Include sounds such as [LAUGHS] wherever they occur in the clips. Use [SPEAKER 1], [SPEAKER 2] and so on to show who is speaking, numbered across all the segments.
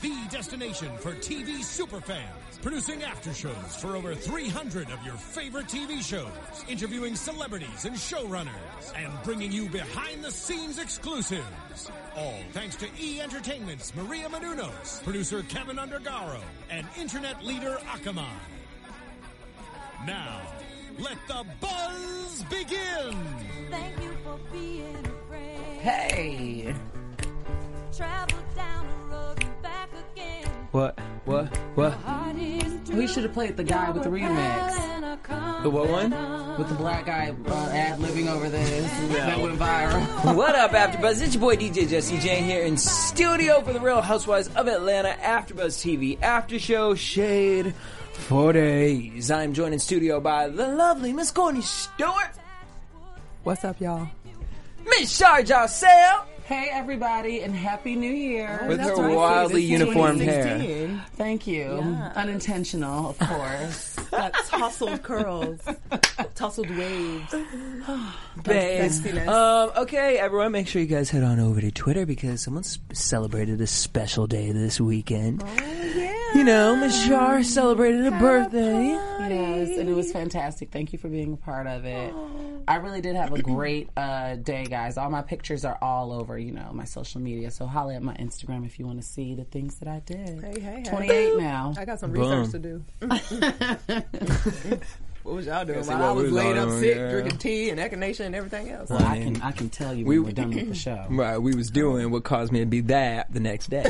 [SPEAKER 1] the destination for TV superfans, producing aftershows for over 300 of your favorite TV shows, interviewing celebrities and showrunners, and bringing you behind-the-scenes exclusives. All thanks to E Entertainment's Maria Menounos, producer Kevin Undergaro, and internet leader Akamai. Now, let the buzz begin.
[SPEAKER 2] Thank you for being a friend.
[SPEAKER 3] Hey!
[SPEAKER 2] Travel down the road and back again.
[SPEAKER 4] What? What? What?
[SPEAKER 2] Heart is
[SPEAKER 3] We should have played the guy with the remix.
[SPEAKER 2] remix.
[SPEAKER 4] The what one?
[SPEAKER 3] With the black guy uh, ad living over this. That went viral. [LAUGHS]
[SPEAKER 4] What up, AfterBuzz? It's your boy DJ Jesse Jane here in studio for the Real Housewives of Atlanta AfterBuzz TV After Show Shade Four Days. I'm joined in studio by the lovely Miss Courtney Stewart,
[SPEAKER 5] What's up, y'all?
[SPEAKER 4] Miss Sarge Ourself,
[SPEAKER 3] Hey, everybody, and Happy New Year.
[SPEAKER 4] with
[SPEAKER 5] that's
[SPEAKER 4] her
[SPEAKER 5] right.
[SPEAKER 4] wildly
[SPEAKER 5] This is
[SPEAKER 4] uniformed hair.
[SPEAKER 5] 2016.
[SPEAKER 3] Thank you. Unintentional, of course.
[SPEAKER 5] Got tousled curls, tousled waves.
[SPEAKER 4] Babe.
[SPEAKER 5] Sexiness.
[SPEAKER 4] Um, okay, everyone, make sure you guys head on over to Twitter because someone's celebrated a special day this weekend.
[SPEAKER 5] Oh,
[SPEAKER 4] You know, Miss Char celebrated a birthday.
[SPEAKER 3] Yes, and it was fantastic. Thank you for being a part of it. I really did have a great uh, day, guys. All my pictures are all over, you know, my social media. So holla at my Instagram if you want to see the things that I did.
[SPEAKER 5] Hey, hey, hey.
[SPEAKER 3] 28 now.
[SPEAKER 5] I got some
[SPEAKER 4] Boom.
[SPEAKER 5] research to
[SPEAKER 4] [LAUGHS]
[SPEAKER 5] do. [LAUGHS] what was y'all doing?
[SPEAKER 4] see
[SPEAKER 5] While
[SPEAKER 4] what
[SPEAKER 5] I
[SPEAKER 4] we
[SPEAKER 5] was
[SPEAKER 4] was
[SPEAKER 5] laid up
[SPEAKER 4] on,
[SPEAKER 5] sick,
[SPEAKER 4] yeah.
[SPEAKER 5] drinking tea and echinacea and everything else.
[SPEAKER 3] I can I can tell you when we're done with the show.
[SPEAKER 4] Right, [LAUGHS] we was doing what caused me to be that the next
[SPEAKER 5] [LAUGHS]
[SPEAKER 4] day.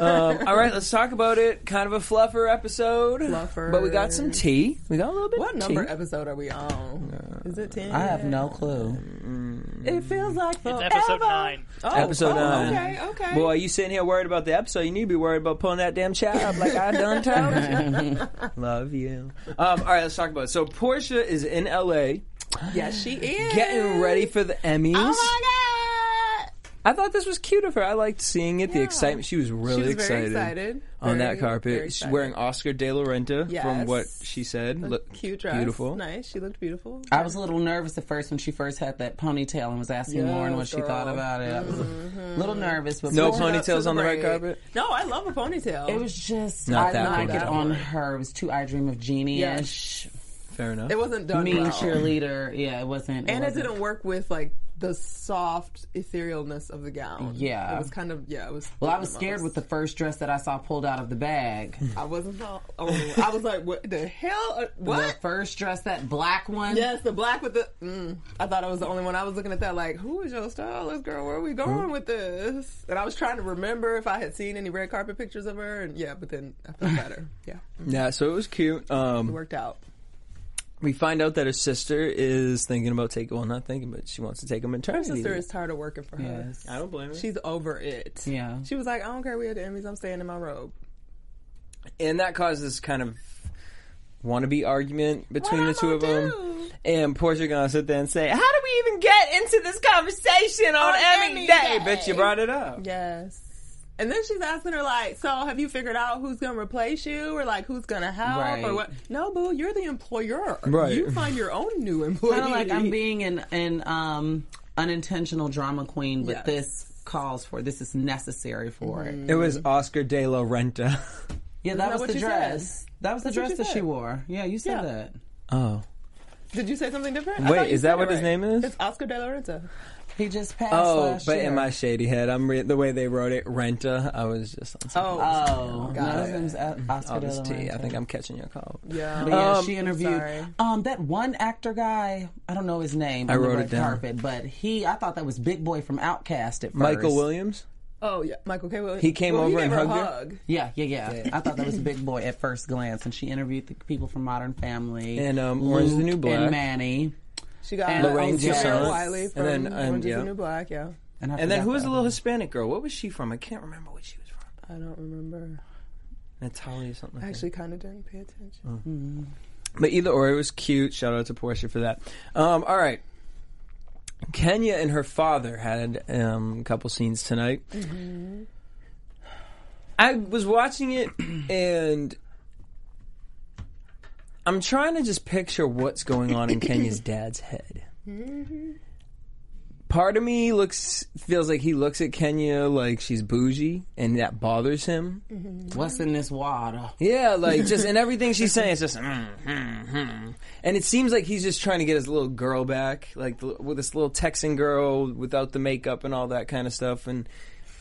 [SPEAKER 4] um, all right, let's talk about it. Kind of a fluffer episode,
[SPEAKER 5] Fluffer.
[SPEAKER 4] but we got some tea. We got a little bit.
[SPEAKER 5] What
[SPEAKER 4] of
[SPEAKER 5] number
[SPEAKER 4] Tea.
[SPEAKER 5] episode are we on? Is it 10?
[SPEAKER 3] I have no clue.
[SPEAKER 5] It feels like forever.
[SPEAKER 6] episode nine.
[SPEAKER 5] Oh,
[SPEAKER 4] Episode
[SPEAKER 5] oh,
[SPEAKER 4] nine.
[SPEAKER 5] Okay, okay.
[SPEAKER 4] Boy, you sitting here worried about the episode? You need to be worried about pulling that damn child up like I done told
[SPEAKER 5] [LAUGHS]
[SPEAKER 4] you. Love you. Um, all right, let's talk about it. So Portia is in L.A.
[SPEAKER 5] yes, she is.
[SPEAKER 4] getting ready for the Emmys.
[SPEAKER 5] Oh my God.
[SPEAKER 4] I thought this was cute of her. I liked seeing it. The
[SPEAKER 5] Yeah.
[SPEAKER 4] excitement. She was really
[SPEAKER 5] she was
[SPEAKER 4] excited.
[SPEAKER 5] very excited.
[SPEAKER 4] on
[SPEAKER 5] Very,
[SPEAKER 4] that carpet.
[SPEAKER 5] very
[SPEAKER 4] She's
[SPEAKER 5] excited.
[SPEAKER 4] wearing Oscar De La Renta from
[SPEAKER 5] Yes.
[SPEAKER 4] what she said. Look,
[SPEAKER 5] cute dress.
[SPEAKER 4] Beautiful.
[SPEAKER 5] Nice. She looked beautiful.
[SPEAKER 3] I was a little nervous at first when she first had that ponytail and was asking
[SPEAKER 5] Yes,
[SPEAKER 3] Lauren what she
[SPEAKER 5] girl.
[SPEAKER 3] thought about it. I was
[SPEAKER 4] Mm-hmm.
[SPEAKER 3] a little nervous, but
[SPEAKER 4] No
[SPEAKER 3] Lauren-
[SPEAKER 5] Going up to
[SPEAKER 4] ponytails on the red
[SPEAKER 5] braid.
[SPEAKER 4] carpet?
[SPEAKER 5] No, I love a ponytail.
[SPEAKER 3] It was just
[SPEAKER 4] Not
[SPEAKER 3] I
[SPEAKER 4] that
[SPEAKER 3] like
[SPEAKER 4] one.
[SPEAKER 3] it on her. It was too I Dream of Genie ish,
[SPEAKER 4] Fair enough.
[SPEAKER 5] It wasn't done
[SPEAKER 3] mean
[SPEAKER 5] well.
[SPEAKER 3] cheerleader. Yeah, it wasn't.
[SPEAKER 5] and it
[SPEAKER 3] wasn't.
[SPEAKER 5] didn't work with like the soft etherealness of the gown.
[SPEAKER 3] Yeah.
[SPEAKER 5] it was kind of yeah. It was.
[SPEAKER 3] Well, I was scared
[SPEAKER 4] [LAUGHS]
[SPEAKER 3] with the first dress that I saw pulled out of the bag.
[SPEAKER 5] I wasn't. Oh, I was like, what the hell? Uh,
[SPEAKER 3] The
[SPEAKER 5] What?
[SPEAKER 3] first dress, that black one.
[SPEAKER 5] Yes, the black with the. Mm, I thought I was the only one. I was looking at that like, who is your stylist, girl? Where are we going with this? And I was trying to remember if I had seen any red carpet pictures of her. And yeah, but then
[SPEAKER 3] [LAUGHS]
[SPEAKER 5] I felt better. Yeah, it
[SPEAKER 4] yeah, so it was cute. Um,
[SPEAKER 5] worked out.
[SPEAKER 4] we find out that her sister is thinking about taking. Well, not thinking, but she wants to take a
[SPEAKER 5] Her
[SPEAKER 4] maternity.
[SPEAKER 5] sister
[SPEAKER 4] leave.
[SPEAKER 5] is tired of working for her.
[SPEAKER 3] Yes.
[SPEAKER 4] I don't blame her.
[SPEAKER 5] She's over it.
[SPEAKER 3] Yeah.
[SPEAKER 5] She was like, I don't care. We had the Emmys. I'm staying in my robe.
[SPEAKER 4] and that caused this kind of wannabe argument between the two of them. And Portia gonna sit there and say, "How do we even get into this conversation on,
[SPEAKER 5] On
[SPEAKER 4] Emmy,
[SPEAKER 5] Emmy
[SPEAKER 4] Day?"
[SPEAKER 5] Day.
[SPEAKER 4] Bitch, you brought it up.
[SPEAKER 5] Yes. And then she's asking her like, "So have you figured out who's gonna replace you, or like who's gonna help,
[SPEAKER 3] Right.
[SPEAKER 5] or what?" No, boo, you're the employer.
[SPEAKER 4] Right.
[SPEAKER 5] You find your own new employee.
[SPEAKER 3] Kind of like I'm being an an um, unintentional drama queen, but
[SPEAKER 5] Yes. Mm-hmm.
[SPEAKER 3] this calls for this is necessary for it.
[SPEAKER 4] It was Oscar De La Renta.
[SPEAKER 3] Yeah, that
[SPEAKER 5] that
[SPEAKER 3] was
[SPEAKER 5] what
[SPEAKER 3] the
[SPEAKER 5] you
[SPEAKER 3] dress.
[SPEAKER 5] said?
[SPEAKER 3] That was the
[SPEAKER 5] what
[SPEAKER 3] dress
[SPEAKER 5] you
[SPEAKER 3] that she
[SPEAKER 5] said.
[SPEAKER 3] wore. Yeah, you said
[SPEAKER 5] Yeah.
[SPEAKER 3] that.
[SPEAKER 4] oh,
[SPEAKER 5] Did you say something different? I
[SPEAKER 4] Wait,
[SPEAKER 5] thought you
[SPEAKER 4] is that
[SPEAKER 5] said
[SPEAKER 4] what
[SPEAKER 5] it
[SPEAKER 4] his name is?
[SPEAKER 5] It's Oscar De La Renta.
[SPEAKER 3] He just passed.
[SPEAKER 4] Oh,
[SPEAKER 3] last
[SPEAKER 4] but
[SPEAKER 3] year.
[SPEAKER 4] in my shady head, I'm re- the way they wrote it, Renta. I was just on some
[SPEAKER 5] Oh,
[SPEAKER 3] Oh,
[SPEAKER 5] Got
[SPEAKER 3] no,
[SPEAKER 5] it.
[SPEAKER 3] his name's O- Oscar
[SPEAKER 4] oh,
[SPEAKER 3] de
[SPEAKER 4] this
[SPEAKER 3] la
[SPEAKER 4] tea. I
[SPEAKER 3] Renta.
[SPEAKER 4] think I'm catching your call.
[SPEAKER 5] yeah.
[SPEAKER 3] But yeah,
[SPEAKER 4] Um,
[SPEAKER 3] she interviewed
[SPEAKER 5] sorry.
[SPEAKER 3] um, that one actor guy. I don't know his name. I the
[SPEAKER 4] wrote it
[SPEAKER 3] red
[SPEAKER 4] down.
[SPEAKER 3] Carpet, but he, I thought that was Big Boy from Outcast at first.
[SPEAKER 4] Michael Williams.
[SPEAKER 5] Oh yeah, Michael K. Williams.
[SPEAKER 4] He came
[SPEAKER 5] Well,
[SPEAKER 4] over and
[SPEAKER 5] gave her a
[SPEAKER 4] hugged her?
[SPEAKER 5] hug.
[SPEAKER 3] Yeah, yeah, yeah. I thought that was Big Boy at first glance, and she interviewed the people from Modern Family
[SPEAKER 4] And, um, Orange is the
[SPEAKER 3] Luke
[SPEAKER 4] New Black.
[SPEAKER 3] and Manny.
[SPEAKER 5] She got
[SPEAKER 3] And Lorraine
[SPEAKER 5] Jerry
[SPEAKER 3] Toussaint.
[SPEAKER 5] Wiley
[SPEAKER 4] And
[SPEAKER 5] from
[SPEAKER 4] then, um,
[SPEAKER 5] Orange is
[SPEAKER 4] yeah.
[SPEAKER 5] the New Black. Yeah,
[SPEAKER 3] And, I
[SPEAKER 4] And then
[SPEAKER 3] forgot
[SPEAKER 4] who was
[SPEAKER 3] that
[SPEAKER 4] the little
[SPEAKER 3] one.
[SPEAKER 4] Hispanic girl? What was she from? I can't remember what she was from.
[SPEAKER 5] I don't remember.
[SPEAKER 4] Natalia something.
[SPEAKER 5] I
[SPEAKER 4] Like
[SPEAKER 5] actually kind of didn't pay attention.
[SPEAKER 4] that. But either or, it was cute. Shout out to Portia for that. Um, all right. Kenya and her father had um, a couple scenes tonight. I was watching it and I'm trying to just picture what's going on in Kenya's dad's head. Part of me looks feels like he looks at Kenya like she's bougie and that bothers him.
[SPEAKER 3] What's in this water?
[SPEAKER 4] Yeah, like just and everything she's saying is just, mm, mm, mm. and it seems like he's just trying to get his little girl back, like the, with this little Texan girl without the makeup and all that kind of stuff. And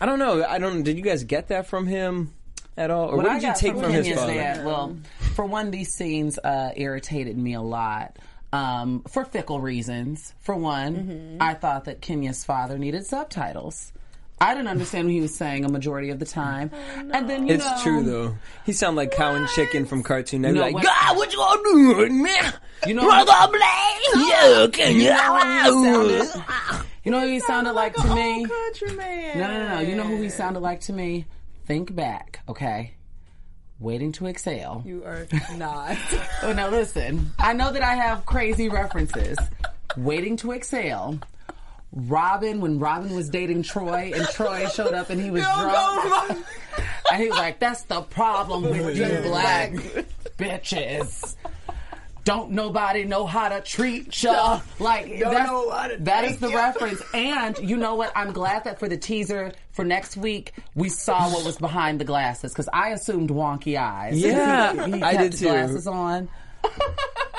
[SPEAKER 4] I don't know, I don't. Did you guys get that from him at all, or what,
[SPEAKER 3] I
[SPEAKER 4] did you
[SPEAKER 3] got
[SPEAKER 4] take from his
[SPEAKER 3] Kenya's
[SPEAKER 4] father?
[SPEAKER 3] dad, well, for one, these scenes uh, irritated me a lot. Um, for fickle reasons. For one,
[SPEAKER 4] Mm-hmm.
[SPEAKER 3] I thought that Kenya's father needed subtitles. I didn't understand what he was saying a majority of the time. And then you
[SPEAKER 4] Oh, It's
[SPEAKER 3] know,
[SPEAKER 4] true though. He sounded like cow and chicken from Cartoon Network.
[SPEAKER 3] No,
[SPEAKER 4] like,
[SPEAKER 3] what-
[SPEAKER 4] God, what you gonna do, man?
[SPEAKER 3] You know-
[SPEAKER 4] Brother Blaze, yeah, Kenya.
[SPEAKER 3] You know who he sounded,
[SPEAKER 4] [LAUGHS]
[SPEAKER 3] you know who he sounded like, to me?
[SPEAKER 5] Country man.
[SPEAKER 3] No, no, no. You know who he sounded like to me? Think back, okay? Waiting to exhale.
[SPEAKER 5] You are not.
[SPEAKER 3] Oh, now listen. I know that I have crazy references. Waiting to exhale. Robin, when Robin was dating Troy, and Troy showed up and he was drunk, and he was like, "That's the problem with you
[SPEAKER 5] [LAUGHS]
[SPEAKER 3] black bitches. Don't nobody know how to treat ya. Like that's,
[SPEAKER 5] know how to
[SPEAKER 3] that is the reference. And you know what? I'm glad that for the teaser for next week, we saw what was behind the glasses because I assumed wonky eyes. [LAUGHS]
[SPEAKER 4] Yeah,
[SPEAKER 3] He
[SPEAKER 4] I
[SPEAKER 3] kept
[SPEAKER 4] did
[SPEAKER 3] his
[SPEAKER 4] too.
[SPEAKER 3] Glasses on.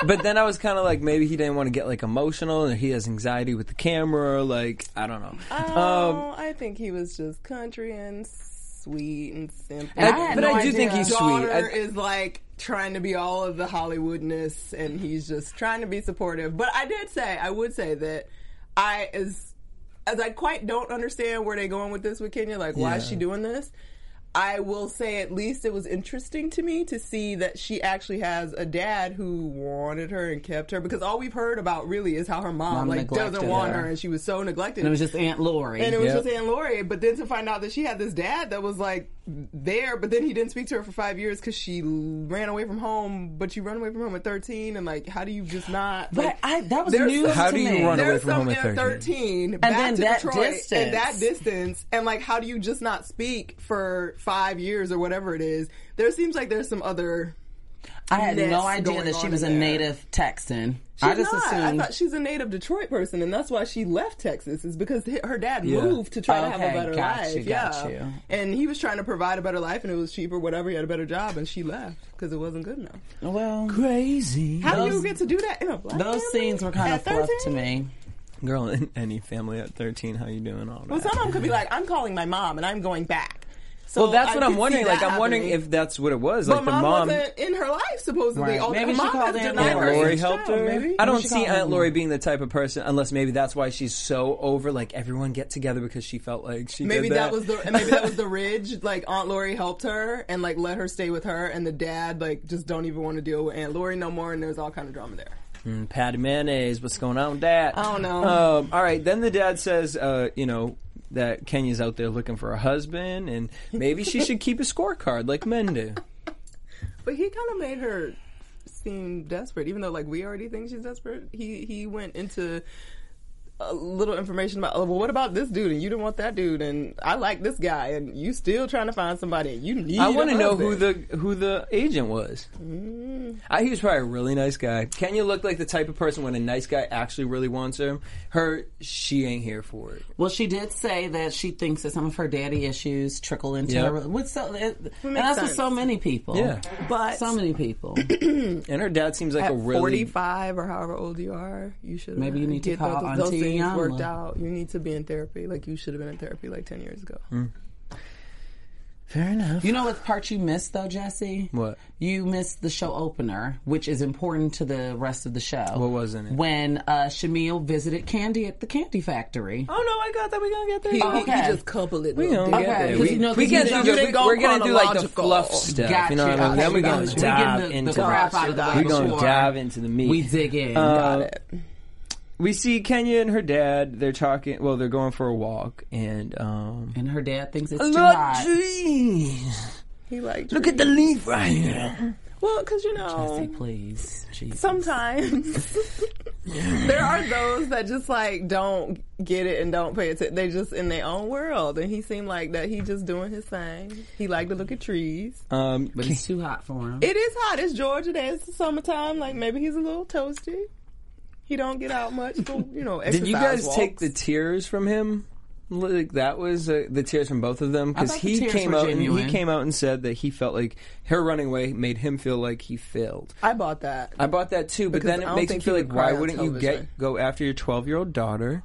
[SPEAKER 4] But then I was kind of like, maybe he didn't want to get like emotional, and he has anxiety with the camera. Like, I don't know.
[SPEAKER 5] [LAUGHS] Oh, I think he was just country and sweet and simple.
[SPEAKER 3] And I had
[SPEAKER 4] but
[SPEAKER 3] no
[SPEAKER 4] I do
[SPEAKER 3] idea.
[SPEAKER 4] think he's
[SPEAKER 5] His
[SPEAKER 4] sweet.
[SPEAKER 5] daughter
[SPEAKER 4] I-
[SPEAKER 5] is like trying to be all of the Hollywoodness, and he's just trying to be supportive. But I did say, I would say that I as as I quite don't understand where they're going with this with Kenya. Like, why is
[SPEAKER 4] Yeah.
[SPEAKER 5] she doing this? I will say at least it was interesting to me to see that she actually has a dad who wanted her and kept her because all we've heard about really is how her
[SPEAKER 3] Mom
[SPEAKER 5] mom, like doesn't
[SPEAKER 3] neglected
[SPEAKER 5] want
[SPEAKER 3] her.
[SPEAKER 5] her and she was so neglected.
[SPEAKER 3] And it was just Aunt Lori.
[SPEAKER 5] And it was
[SPEAKER 4] Yep.
[SPEAKER 5] just Aunt Lori. But then to find out that she had this dad that was like there, but then he didn't speak to her for five years because she ran away from home. But you run away from home at 13, and like, how do you just not?
[SPEAKER 3] But
[SPEAKER 5] like,
[SPEAKER 3] I, that was
[SPEAKER 5] there's-
[SPEAKER 3] news
[SPEAKER 4] How
[SPEAKER 3] to
[SPEAKER 4] do you
[SPEAKER 3] me.
[SPEAKER 4] run away
[SPEAKER 5] there's
[SPEAKER 4] from
[SPEAKER 5] some
[SPEAKER 4] home at
[SPEAKER 5] at 13, back
[SPEAKER 3] then
[SPEAKER 5] to
[SPEAKER 3] that
[SPEAKER 5] Detroit,
[SPEAKER 3] distance.
[SPEAKER 5] and that distance, and like, how do you just not speak for five years or whatever it is? There seems like there's some other.
[SPEAKER 3] I had
[SPEAKER 5] Ness
[SPEAKER 3] no idea
[SPEAKER 5] going
[SPEAKER 3] that she
[SPEAKER 5] on
[SPEAKER 3] was a
[SPEAKER 5] in there.
[SPEAKER 3] native Texan. I
[SPEAKER 5] She's
[SPEAKER 3] just
[SPEAKER 5] not. I
[SPEAKER 3] assumed.
[SPEAKER 5] thought she's a native Detroit person, and that's why she left Texas. Is because hi- her dad
[SPEAKER 4] Yeah.
[SPEAKER 5] moved to try to have a
[SPEAKER 3] Oh, Okay,
[SPEAKER 5] better
[SPEAKER 3] got
[SPEAKER 5] life.
[SPEAKER 3] you,
[SPEAKER 5] yeah,
[SPEAKER 3] got you.
[SPEAKER 5] and he was trying to provide a better life, and it was cheaper, whatever. He had a better job, and she left because it wasn't good enough.
[SPEAKER 3] well,
[SPEAKER 4] Um, crazy
[SPEAKER 5] How do you
[SPEAKER 3] Those-
[SPEAKER 5] get to do that in a black
[SPEAKER 3] those
[SPEAKER 5] family
[SPEAKER 3] scenes were kind of
[SPEAKER 5] at
[SPEAKER 3] fluff to
[SPEAKER 5] 13?
[SPEAKER 3] me.
[SPEAKER 4] girl [LAUGHS] in any family at 13 how you doing all
[SPEAKER 5] Well,
[SPEAKER 4] that
[SPEAKER 5] some of them could be like, "I'm calling my mom, and I'm going back." So
[SPEAKER 4] well that's what
[SPEAKER 5] I could
[SPEAKER 4] i'm
[SPEAKER 5] see
[SPEAKER 4] wondering
[SPEAKER 5] that
[SPEAKER 4] like i'm wondering
[SPEAKER 5] happening.
[SPEAKER 4] if that's what it was
[SPEAKER 5] But
[SPEAKER 4] like the
[SPEAKER 5] mom,
[SPEAKER 4] mom
[SPEAKER 5] wasn't in her life supposedly.
[SPEAKER 3] Right.
[SPEAKER 5] All-
[SPEAKER 3] Maybe she
[SPEAKER 5] mom
[SPEAKER 3] called
[SPEAKER 5] has
[SPEAKER 3] Aunt
[SPEAKER 5] denied
[SPEAKER 4] Aunt
[SPEAKER 5] her
[SPEAKER 4] Lori
[SPEAKER 5] since
[SPEAKER 4] helped
[SPEAKER 5] child,
[SPEAKER 4] her.
[SPEAKER 5] Maybe.
[SPEAKER 4] I don't
[SPEAKER 3] she
[SPEAKER 4] see
[SPEAKER 3] called
[SPEAKER 4] Aunt Lori being the type of person, unless maybe that's why she's so over like everyone get together because she felt like she
[SPEAKER 5] Maybe
[SPEAKER 4] did
[SPEAKER 5] that. was the maybe that was the ridge. Like Aunt Lori helped her and like let her stay with her, and the dad like just don't even want to deal with Aunt Lori no more. And there's all kind of drama there.
[SPEAKER 4] [LAUGHS] Mm, Patty mayonnaise. What's going on with that?
[SPEAKER 5] I don't know.
[SPEAKER 4] Um, all right, then the dad says, uh, you know, that Kenya's out there looking for a husband, and maybe she should keep a scorecard like men do.
[SPEAKER 5] But he kind of made her seem desperate, even though like we already think she's desperate. He he went into a little information about oh, well, what about this dude, and you didn't want that dude, and I like this guy, and you still trying to find somebody, and you need.
[SPEAKER 4] I
[SPEAKER 5] want to
[SPEAKER 4] know who the who the agent was.
[SPEAKER 3] Mm.
[SPEAKER 4] I, he was probably a really nice guy. Kenya looked like the type of person when a nice guy actually really wants her. Her, she ain't here for it.
[SPEAKER 3] Well, she did say that she thinks that some of her daddy issues trickle into
[SPEAKER 4] Yep.
[SPEAKER 3] her. With so, it, and that's with
[SPEAKER 5] sense.
[SPEAKER 3] so many people.
[SPEAKER 4] Yeah.
[SPEAKER 5] but
[SPEAKER 3] So many people.
[SPEAKER 4] And her dad seems like
[SPEAKER 5] at
[SPEAKER 4] a really
[SPEAKER 5] 45 or however old you are, you should
[SPEAKER 3] Maybe you need to
[SPEAKER 5] get
[SPEAKER 3] call
[SPEAKER 5] those, those
[SPEAKER 3] Auntie
[SPEAKER 5] things
[SPEAKER 3] Yama.
[SPEAKER 5] worked out. You need to be in therapy. Like you should have been in therapy like ten years ago.
[SPEAKER 4] Mm. Fair enough.
[SPEAKER 3] You know what part you missed though, Jesse?
[SPEAKER 4] What?
[SPEAKER 3] You missed the show opener, which is important to the rest of the show.
[SPEAKER 4] What was in it?
[SPEAKER 3] When uh, Shamil visited Candy at the Candy Factory.
[SPEAKER 4] Oh no, I got that. We gonna get there.
[SPEAKER 5] He,
[SPEAKER 3] Oh,
[SPEAKER 5] he- he
[SPEAKER 3] okay.
[SPEAKER 5] just coupled it.
[SPEAKER 4] We
[SPEAKER 5] little
[SPEAKER 4] gonna
[SPEAKER 5] bit.
[SPEAKER 4] get
[SPEAKER 3] Okay,
[SPEAKER 4] there.
[SPEAKER 3] because,
[SPEAKER 4] We,
[SPEAKER 3] you know,
[SPEAKER 4] we
[SPEAKER 3] because you
[SPEAKER 4] can't do
[SPEAKER 3] know-
[SPEAKER 4] just,
[SPEAKER 5] you didn't go
[SPEAKER 4] we're gonna do like the
[SPEAKER 5] chronological.
[SPEAKER 4] fluff stuff. You know what I mean?
[SPEAKER 3] Gotcha.
[SPEAKER 4] Then we're gonna
[SPEAKER 3] Gotcha.
[SPEAKER 4] dive
[SPEAKER 3] we getting the,
[SPEAKER 4] into
[SPEAKER 3] the crap out of the
[SPEAKER 5] Gotcha.
[SPEAKER 3] way
[SPEAKER 4] We're gonna
[SPEAKER 3] before
[SPEAKER 4] dive into the meat.
[SPEAKER 3] We dig in.
[SPEAKER 4] Uh, We see Kenya and her dad. They're talking. Well, they're going for a walk, and um.
[SPEAKER 3] and her dad thinks it's too hot.
[SPEAKER 4] Jeez.
[SPEAKER 5] He like
[SPEAKER 4] Look at the leaf right here.
[SPEAKER 5] well, because you know
[SPEAKER 3] Jesse, please. Jesus.
[SPEAKER 5] sometimes [LAUGHS] there are those that just like don't get it and don't pay attention. They just in their own world, and he seemed like that. He just doing his thing. He liked to look at trees.
[SPEAKER 4] Um,
[SPEAKER 3] but it's too hot for him.
[SPEAKER 5] It is hot. It's Georgia day. It's the summertime. Like maybe he's a little toasty. He don't get out much. So, you know,
[SPEAKER 4] did
[SPEAKER 5] exercise
[SPEAKER 4] you guys
[SPEAKER 5] walks.
[SPEAKER 4] take the tears from him? Like that was uh, the tears from both of them because
[SPEAKER 3] thought the
[SPEAKER 4] he
[SPEAKER 3] tears
[SPEAKER 4] came
[SPEAKER 3] were
[SPEAKER 4] out and he
[SPEAKER 3] genuine.
[SPEAKER 4] came out and said that he felt like her running away made him feel like he failed.
[SPEAKER 5] I bought that.
[SPEAKER 4] I bought that too, but
[SPEAKER 5] Because
[SPEAKER 4] then
[SPEAKER 5] I
[SPEAKER 4] it
[SPEAKER 5] don't
[SPEAKER 4] makes me
[SPEAKER 5] think
[SPEAKER 4] feel
[SPEAKER 5] he
[SPEAKER 4] like
[SPEAKER 5] would
[SPEAKER 4] why
[SPEAKER 5] cry on
[SPEAKER 4] wouldn't you
[SPEAKER 5] television.
[SPEAKER 4] get go after your twelve year old daughter?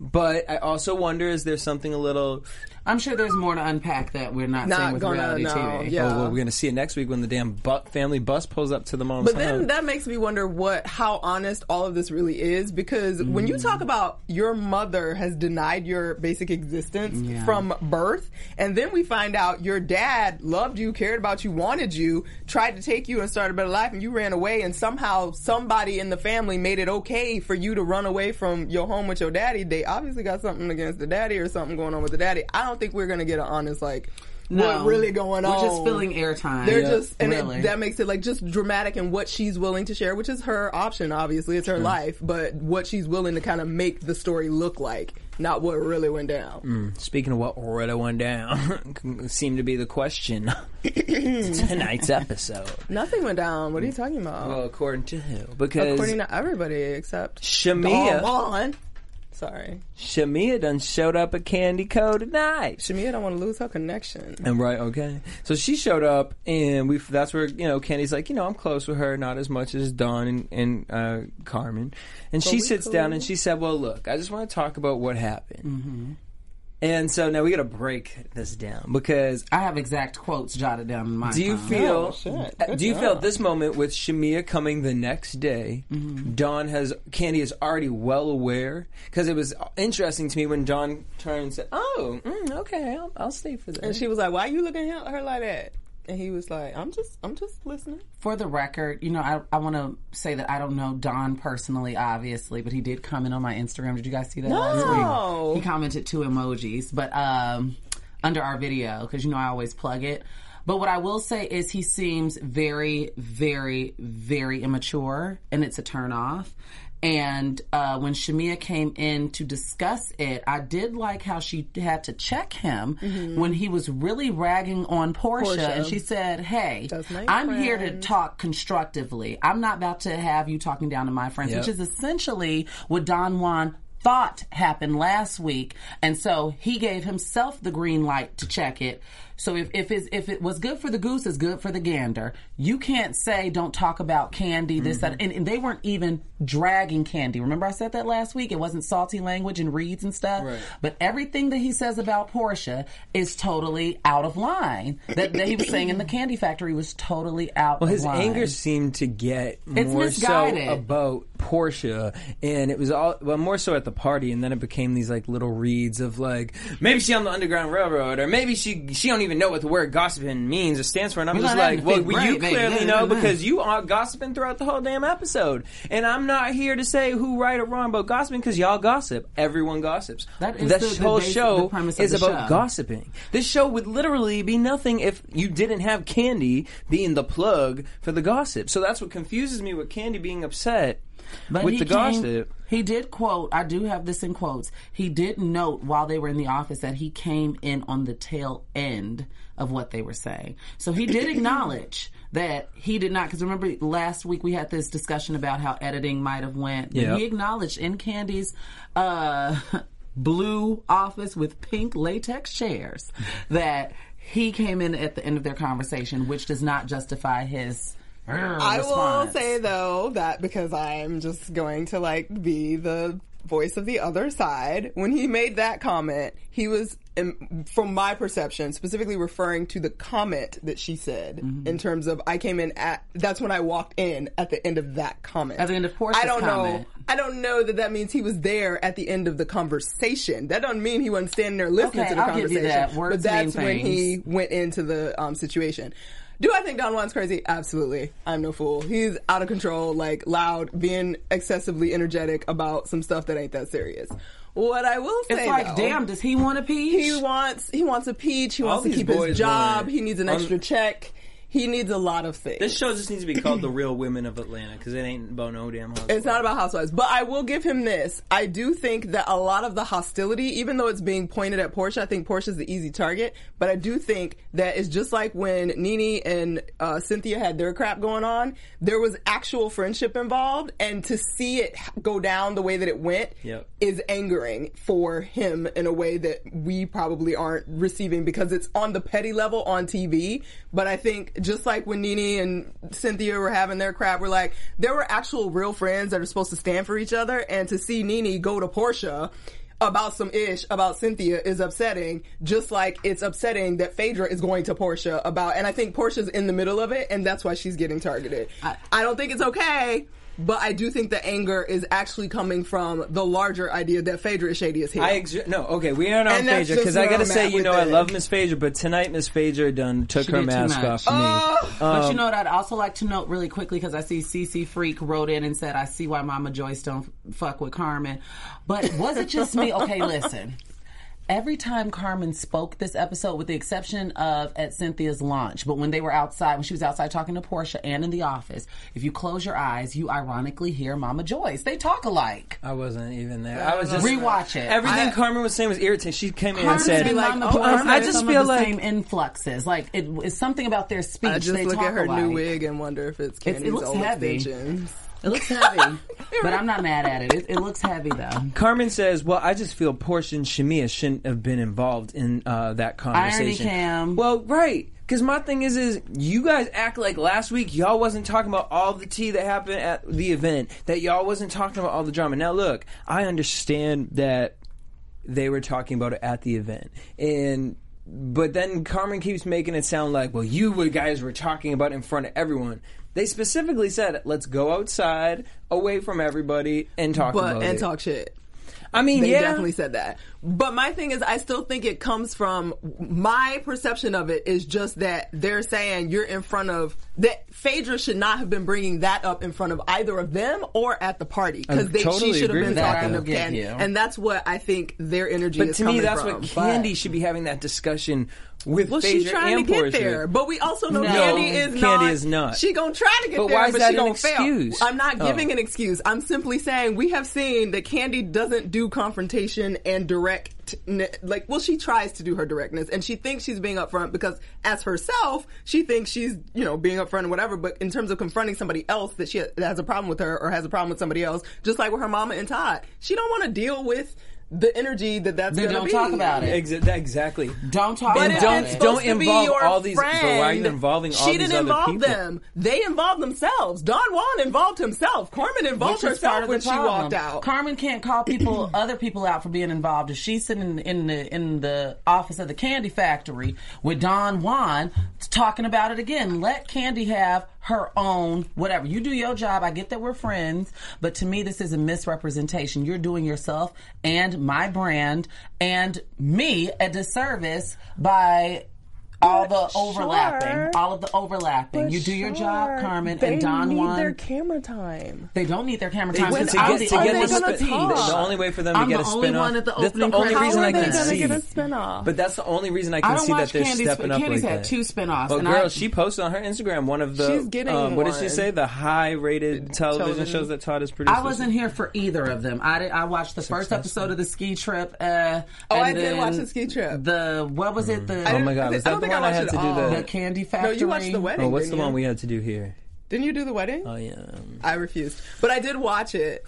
[SPEAKER 4] But I also wonder is there something a little
[SPEAKER 3] I'm sure there's more to unpack that we're not,
[SPEAKER 5] Not
[SPEAKER 3] saying with
[SPEAKER 5] gonna
[SPEAKER 3] reality
[SPEAKER 5] know.
[SPEAKER 3] TV.
[SPEAKER 5] Yeah.
[SPEAKER 4] oh, well, we're gonna see it next week when the damn bu- family bus pulls up to the mom's
[SPEAKER 5] But
[SPEAKER 4] house.
[SPEAKER 5] then that makes me wonder what how honest all of this really is because when you talk about your mother has denied your basic existence
[SPEAKER 3] Yeah.
[SPEAKER 5] from birth and then we find out your dad loved you, cared about you, wanted you, tried to take you and start a better life and you ran away and somehow somebody in the family made it okay for you to run away from your home with your daddy. They obviously got something against the daddy or something going on with the daddy. I don't think we're going to get an honest like what really going
[SPEAKER 3] we're
[SPEAKER 5] on.
[SPEAKER 3] just filling airtime.
[SPEAKER 5] They're just and it-
[SPEAKER 3] Really.
[SPEAKER 5] that makes it like just dramatic and what she's willing to share, which is her option. Obviously, it's her life, but what she's willing to kind of make the story look like, not what really went down.
[SPEAKER 4] Mm. Speaking of what already went down, [LAUGHS] seemed to be the question
[SPEAKER 5] [LAUGHS]
[SPEAKER 4] to tonight's episode.
[SPEAKER 5] Nothing went down. What are you talking about?
[SPEAKER 4] Well, according to who? Because
[SPEAKER 5] According to everybody except
[SPEAKER 4] Shamia.
[SPEAKER 5] Dawn. Sorry,
[SPEAKER 4] Shamia done showed up at Candy Co tonight.
[SPEAKER 5] Shamia don't want to lose her connection.
[SPEAKER 4] And right, okay. So she showed up, and we that's where you know Candy's like, you know, I'm close with her, not as much as Dawn and, and uh, Carmen. And she
[SPEAKER 5] we
[SPEAKER 4] sits
[SPEAKER 5] cool.
[SPEAKER 4] down and she said, "Well, look, I just want to talk about what happened."
[SPEAKER 5] Mm-hmm.
[SPEAKER 4] And so now we got to break this down because
[SPEAKER 3] I have exact quotes jotted down in my
[SPEAKER 4] do you
[SPEAKER 3] phone.
[SPEAKER 4] feel
[SPEAKER 5] shit.
[SPEAKER 4] uh,
[SPEAKER 5] Good
[SPEAKER 4] do you
[SPEAKER 5] job.
[SPEAKER 4] feel at this moment with Shamia coming the next day Dawn has Candy is already well aware because it was interesting to me when Dawn turned and said oh mm, okay I'll, I'll stay for this
[SPEAKER 5] And she was like, "Why you looking at her like that?" And he was like, "I'm just, I'm just listening."
[SPEAKER 3] for the record, you know, I, I want to say that I don't know Don personally, obviously, but he did comment on my Instagram. Did you guys see that last
[SPEAKER 5] No.
[SPEAKER 3] week? He commented two emojis, but um, under our video, because, you know, I always plug it. But what I will say is he seems very, very, very immature, and it's a turnoff. And uh, when Shamia came in to discuss it, I did like how she had to check him when he was really ragging on Portia,
[SPEAKER 5] Mm-hmm. Portia.
[SPEAKER 3] and she said, "Hey,
[SPEAKER 5] That's my
[SPEAKER 3] I'm here to
[SPEAKER 5] friend.
[SPEAKER 3] talk constructively. I'm not about to have you talking down to my friends,
[SPEAKER 4] Yep.
[SPEAKER 3] which is essentially what Don Juan thought happened last week. And so he gave himself the green light to check it. So if if, it's, if it was good for the goose, it's good for the gander. You can't say don't talk about candy, this,
[SPEAKER 4] Mm-hmm.
[SPEAKER 3] that, and, and they weren't even dragging candy. Remember I said that last week? It wasn't salty language and reads and stuff.
[SPEAKER 4] Right.
[SPEAKER 3] But everything that he says about Portia is totally out of line. That, that he was saying in the candy factory was totally out
[SPEAKER 4] Well,
[SPEAKER 3] of
[SPEAKER 4] his
[SPEAKER 3] line.
[SPEAKER 4] anger seemed to get
[SPEAKER 3] It's
[SPEAKER 4] more
[SPEAKER 3] misguided.
[SPEAKER 4] so about Portia, and it was all well more so at the party, and then it became these like little reads of like maybe she on the Underground Railroad, or maybe she she don't even know what the word gossiping means or stands for, and I'm
[SPEAKER 3] We're
[SPEAKER 4] just
[SPEAKER 3] not
[SPEAKER 4] like,
[SPEAKER 3] having a
[SPEAKER 4] well,
[SPEAKER 3] big
[SPEAKER 4] you
[SPEAKER 3] break, baby.
[SPEAKER 4] clearly
[SPEAKER 3] Yeah,
[SPEAKER 4] know
[SPEAKER 3] yeah, yeah.
[SPEAKER 4] because you are gossiping throughout the whole damn episode, and I'm not here to say who right or wrong about gossiping because y'all gossip, everyone gossips.
[SPEAKER 3] That is
[SPEAKER 4] This
[SPEAKER 3] the- the
[SPEAKER 4] whole
[SPEAKER 3] basic- the
[SPEAKER 4] show
[SPEAKER 3] premise of
[SPEAKER 4] is
[SPEAKER 3] the
[SPEAKER 4] about
[SPEAKER 3] show.
[SPEAKER 4] gossip gossiping. This show would literally be nothing if you didn't have Candy being the plug for the gossip. So that's what confuses me with Candy being upset with
[SPEAKER 3] he
[SPEAKER 4] the
[SPEAKER 3] came-
[SPEAKER 4] gossip.
[SPEAKER 3] He did quote, I do have this in quotes. He did note while they were in the office that he came in on the tail end of what they were saying. So he did acknowledge [LAUGHS] that he did not because remember last week we had this discussion about how editing might have went. But
[SPEAKER 4] Yeah.
[SPEAKER 3] He acknowledged in Candy's uh [LAUGHS] blue office with pink latex chairs [LAUGHS] that he came in at the end of their conversation, which does not justify his uh,
[SPEAKER 5] I will
[SPEAKER 3] response.
[SPEAKER 5] say though that because I'm just going to like be the voice of the other side, when he made that comment, he was, in, from my perception, specifically referring to the comment that she said
[SPEAKER 3] Mm-hmm.
[SPEAKER 5] in terms of I came in at. That's when I walked in at the end of that comment.
[SPEAKER 3] At the end of Portia's
[SPEAKER 5] I don't
[SPEAKER 3] comment.
[SPEAKER 5] know. I don't know that that means he was there at the end of the conversation. That doesn't mean he wasn't standing there listening
[SPEAKER 3] Okay,
[SPEAKER 5] to the
[SPEAKER 3] I'll give you
[SPEAKER 5] conversation.
[SPEAKER 3] that. Words
[SPEAKER 5] but that's
[SPEAKER 3] mean
[SPEAKER 5] when he
[SPEAKER 3] things.
[SPEAKER 5] went into the um, situation. Do I think Don Juan's crazy? Absolutely. I'm no fool. He's out of control, like loud, being excessively energetic about some stuff that ain't that serious. What I will say,
[SPEAKER 3] It's like,
[SPEAKER 5] though,
[SPEAKER 3] damn, does he want a peach?
[SPEAKER 5] he wants he wants a peach. He wants to
[SPEAKER 4] these
[SPEAKER 5] keep
[SPEAKER 4] boys
[SPEAKER 5] his job.
[SPEAKER 4] want-
[SPEAKER 5] He needs an
[SPEAKER 4] I'm-
[SPEAKER 5] extra check. He needs a lot of things.
[SPEAKER 4] This show just needs to be called The Real Women of Atlanta because it ain't about no damn hustle.
[SPEAKER 5] It's not about housewives, but I will give him this. I do think that a lot of the hostility, even though it's being pointed at Portia, I think Portia's the easy target. But I do think that it's just like when Nene and uh, Cynthia had their crap going on. There was actual friendship involved, and to see it h- go down the way that it went
[SPEAKER 4] Yep.
[SPEAKER 5] is angering for him in a way that we probably aren't receiving because it's on the petty level on TV. But I think just like when Nene and Cynthia were having their crap, we're like, there were actual real friends that are supposed to stand for each other. And to see Nene go to Portia about some ish about Cynthia is upsetting, just like it's upsetting that Phaedra is going to Portia about, and I think Portia's in the middle of it, and that's why she's getting targeted. I, don't think it's okay, but I do think the anger is actually coming from the larger idea that Phaedra is shady as hell.
[SPEAKER 4] I exu- no okay. We aren't on
[SPEAKER 5] And that's
[SPEAKER 4] Phaedra
[SPEAKER 5] just
[SPEAKER 4] because I
[SPEAKER 5] where
[SPEAKER 4] gotta
[SPEAKER 5] I'm
[SPEAKER 4] say
[SPEAKER 5] at
[SPEAKER 4] you
[SPEAKER 5] with
[SPEAKER 4] know I
[SPEAKER 5] it.
[SPEAKER 4] love Miss Phaedra, but tonight Miss Phaedra done took
[SPEAKER 3] She
[SPEAKER 4] her
[SPEAKER 3] did too
[SPEAKER 4] mask
[SPEAKER 3] much.
[SPEAKER 4] off for
[SPEAKER 5] Oh!
[SPEAKER 4] me.
[SPEAKER 3] But you know what? I'd also like to note really quickly because I see CC Freak wrote in and said, "I see why Mama Joyce don't f- fuck with Carmen." But was it just me? Okay, listen. Every time Carmen spoke this episode, with the exception of at Cynthia's launch, but when they were outside, when she was outside talking to Portia and in the office, if you close your eyes, you ironically hear Mama Joyce. They talk alike.
[SPEAKER 4] I wasn't even there. I was just
[SPEAKER 3] Rewatch it.
[SPEAKER 4] Everything Carmen was saying was irritating. She came in and
[SPEAKER 3] Carmen
[SPEAKER 4] said,
[SPEAKER 3] and
[SPEAKER 5] like,
[SPEAKER 3] Mama
[SPEAKER 5] oh,
[SPEAKER 3] Joyce
[SPEAKER 5] Carmen,
[SPEAKER 3] have
[SPEAKER 4] I just
[SPEAKER 3] some
[SPEAKER 4] feel
[SPEAKER 3] of the
[SPEAKER 4] like-
[SPEAKER 3] same influxes. Like it, it's something about their speech.
[SPEAKER 5] I just
[SPEAKER 3] they
[SPEAKER 5] look
[SPEAKER 3] talk
[SPEAKER 5] at her new
[SPEAKER 3] alike.
[SPEAKER 5] wig and wonder if it's
[SPEAKER 3] It's-
[SPEAKER 5] Candy's
[SPEAKER 3] it looks
[SPEAKER 5] old
[SPEAKER 3] heavy.
[SPEAKER 5] extensions.
[SPEAKER 3] It looks heavy, but I'm not mad at it. It, it looks heavy though.
[SPEAKER 4] Carmen says, "Well, I just feel Portia and Shamia shouldn't have been involved in uh, that conversation."
[SPEAKER 3] cam.
[SPEAKER 4] Well, right, because my thing is, is you guys act like last week y'all wasn't talking about all the tea that happened at the event, that y'all wasn't talking about all the drama. Now, look, I understand that they were talking about it at the event, and. But then Carmen keeps making it sound like, well, you were- guys were talking about it in front of everyone. They specifically said, let's go outside, away from everybody, and talk
[SPEAKER 5] [LAUGHS] But,
[SPEAKER 4] about
[SPEAKER 5] and
[SPEAKER 4] it.
[SPEAKER 5] talk shit.
[SPEAKER 4] I mean,
[SPEAKER 5] They
[SPEAKER 4] yeah,
[SPEAKER 5] definitely said that. But my thing is, I still think it comes from my perception of it is just that they're saying you're in front of that. Phaedra should not have been bringing that up in front of either of them or at the party
[SPEAKER 4] I
[SPEAKER 5] because
[SPEAKER 4] totally
[SPEAKER 5] she should
[SPEAKER 4] agree
[SPEAKER 5] have
[SPEAKER 4] with
[SPEAKER 5] been
[SPEAKER 4] that.
[SPEAKER 5] talking
[SPEAKER 4] I
[SPEAKER 5] to
[SPEAKER 4] will give
[SPEAKER 5] Candy,
[SPEAKER 3] you.
[SPEAKER 5] and that's what I think their energy
[SPEAKER 4] But
[SPEAKER 5] is
[SPEAKER 4] to
[SPEAKER 5] coming
[SPEAKER 4] me, that's
[SPEAKER 5] from.
[SPEAKER 4] what Candy should be having that discussion with
[SPEAKER 5] well,
[SPEAKER 4] Phaedra
[SPEAKER 5] she's trying to
[SPEAKER 4] and
[SPEAKER 5] get
[SPEAKER 4] Portia.
[SPEAKER 5] there, but we also know
[SPEAKER 4] No,
[SPEAKER 5] Candy is
[SPEAKER 4] Candy
[SPEAKER 5] not.
[SPEAKER 4] is not.
[SPEAKER 5] She gonna try to get
[SPEAKER 4] But
[SPEAKER 5] there,
[SPEAKER 4] why is
[SPEAKER 5] but
[SPEAKER 4] that
[SPEAKER 5] she
[SPEAKER 4] an
[SPEAKER 5] gonna
[SPEAKER 4] excuse?
[SPEAKER 5] fail. I'm not
[SPEAKER 4] Oh.
[SPEAKER 5] giving an excuse. I'm simply saying we have seen that Candy doesn't do confrontation and direct. Like, well, she tries to do her directness, and she thinks she's being upfront because, as herself, she thinks she's you know being upfront and whatever. But in terms of confronting somebody else that she that has a problem with her or has a problem with somebody else, just like with her mama and Todd, she don't want to deal with the energy that that's
[SPEAKER 3] They
[SPEAKER 5] gonna
[SPEAKER 3] don't
[SPEAKER 5] be.
[SPEAKER 3] talk about it.
[SPEAKER 4] Exa- that- exactly.
[SPEAKER 3] Don't talk about
[SPEAKER 5] But if
[SPEAKER 4] And don't-
[SPEAKER 5] it's
[SPEAKER 3] it.
[SPEAKER 5] supposed
[SPEAKER 4] don't
[SPEAKER 5] to be
[SPEAKER 4] involve
[SPEAKER 5] your
[SPEAKER 4] all these- but
[SPEAKER 5] Friend,
[SPEAKER 4] why are you involving all
[SPEAKER 5] she
[SPEAKER 4] these
[SPEAKER 5] didn't
[SPEAKER 4] other
[SPEAKER 5] involve
[SPEAKER 4] people?
[SPEAKER 5] them. They involved themselves. Don Juan involved himself. Carmen involved
[SPEAKER 3] Which is part
[SPEAKER 5] herself
[SPEAKER 3] of
[SPEAKER 5] when
[SPEAKER 3] the
[SPEAKER 5] she
[SPEAKER 3] problem.
[SPEAKER 5] walked out.
[SPEAKER 3] Carmen can't call
[SPEAKER 5] [CLEARS THROAT]
[SPEAKER 3] people, other people out for being involved. If she's sitting in the in the office of the candy factory with Don Juan talking about it again, let Candy have her own whatever. You do your job. I get that we're friends, but to me, this is a misrepresentation. You're doing yourself and my brand and me a disservice by. All the overlapping, all of the overlapping. you do your job, Carmen, and Don Juan.
[SPEAKER 5] camera time.
[SPEAKER 3] They don't need their camera time
[SPEAKER 4] When
[SPEAKER 3] because
[SPEAKER 4] to
[SPEAKER 3] I'm
[SPEAKER 4] get-
[SPEAKER 3] the
[SPEAKER 4] to
[SPEAKER 3] only
[SPEAKER 4] get
[SPEAKER 3] one
[SPEAKER 4] the
[SPEAKER 3] with
[SPEAKER 4] spin-
[SPEAKER 3] the
[SPEAKER 4] the-
[SPEAKER 3] peach.
[SPEAKER 4] the only way for them to
[SPEAKER 3] I'm
[SPEAKER 4] get
[SPEAKER 3] the
[SPEAKER 4] a
[SPEAKER 3] only
[SPEAKER 4] spin-off.
[SPEAKER 3] one at the
[SPEAKER 4] That's the
[SPEAKER 3] opening
[SPEAKER 4] only
[SPEAKER 3] credits.
[SPEAKER 4] reason
[SPEAKER 3] How
[SPEAKER 4] I
[SPEAKER 3] are they
[SPEAKER 4] can
[SPEAKER 3] gonna
[SPEAKER 4] see.
[SPEAKER 3] get a
[SPEAKER 5] spinoff.
[SPEAKER 4] But that's the only reason I
[SPEAKER 3] I
[SPEAKER 4] can
[SPEAKER 3] don't
[SPEAKER 4] see
[SPEAKER 3] watch
[SPEAKER 4] that they're
[SPEAKER 3] Candy's-
[SPEAKER 4] stepping up
[SPEAKER 3] Candy's
[SPEAKER 4] like
[SPEAKER 3] had
[SPEAKER 4] that.
[SPEAKER 3] two spin-offs,
[SPEAKER 4] Well,
[SPEAKER 3] and
[SPEAKER 4] girl,
[SPEAKER 3] I-
[SPEAKER 4] she posted on her Instagram one of the.
[SPEAKER 5] She's getting
[SPEAKER 4] um, what did she
[SPEAKER 5] one.
[SPEAKER 4] say? The high-rated television,
[SPEAKER 5] Television.
[SPEAKER 4] shows that Todd has produced.
[SPEAKER 3] I wasn't here for either of them. I did, I watched the first episode of the ski trip. Uh,
[SPEAKER 5] Oh,
[SPEAKER 3] and
[SPEAKER 5] I did
[SPEAKER 3] then
[SPEAKER 5] watch the ski trip.
[SPEAKER 3] The what was it? The
[SPEAKER 4] Oh my god,
[SPEAKER 5] I
[SPEAKER 4] was that the
[SPEAKER 5] don't think I
[SPEAKER 4] one I
[SPEAKER 5] watched
[SPEAKER 4] had
[SPEAKER 5] it
[SPEAKER 4] to do
[SPEAKER 5] all.
[SPEAKER 4] the?
[SPEAKER 3] the candy
[SPEAKER 5] No,
[SPEAKER 3] factory.
[SPEAKER 5] you watched the wedding.
[SPEAKER 4] Oh, what's the
[SPEAKER 5] didn't you?
[SPEAKER 4] one we had to do here?
[SPEAKER 5] Didn't you do the wedding?
[SPEAKER 4] Oh yeah. um,
[SPEAKER 5] I refused, but I did watch it.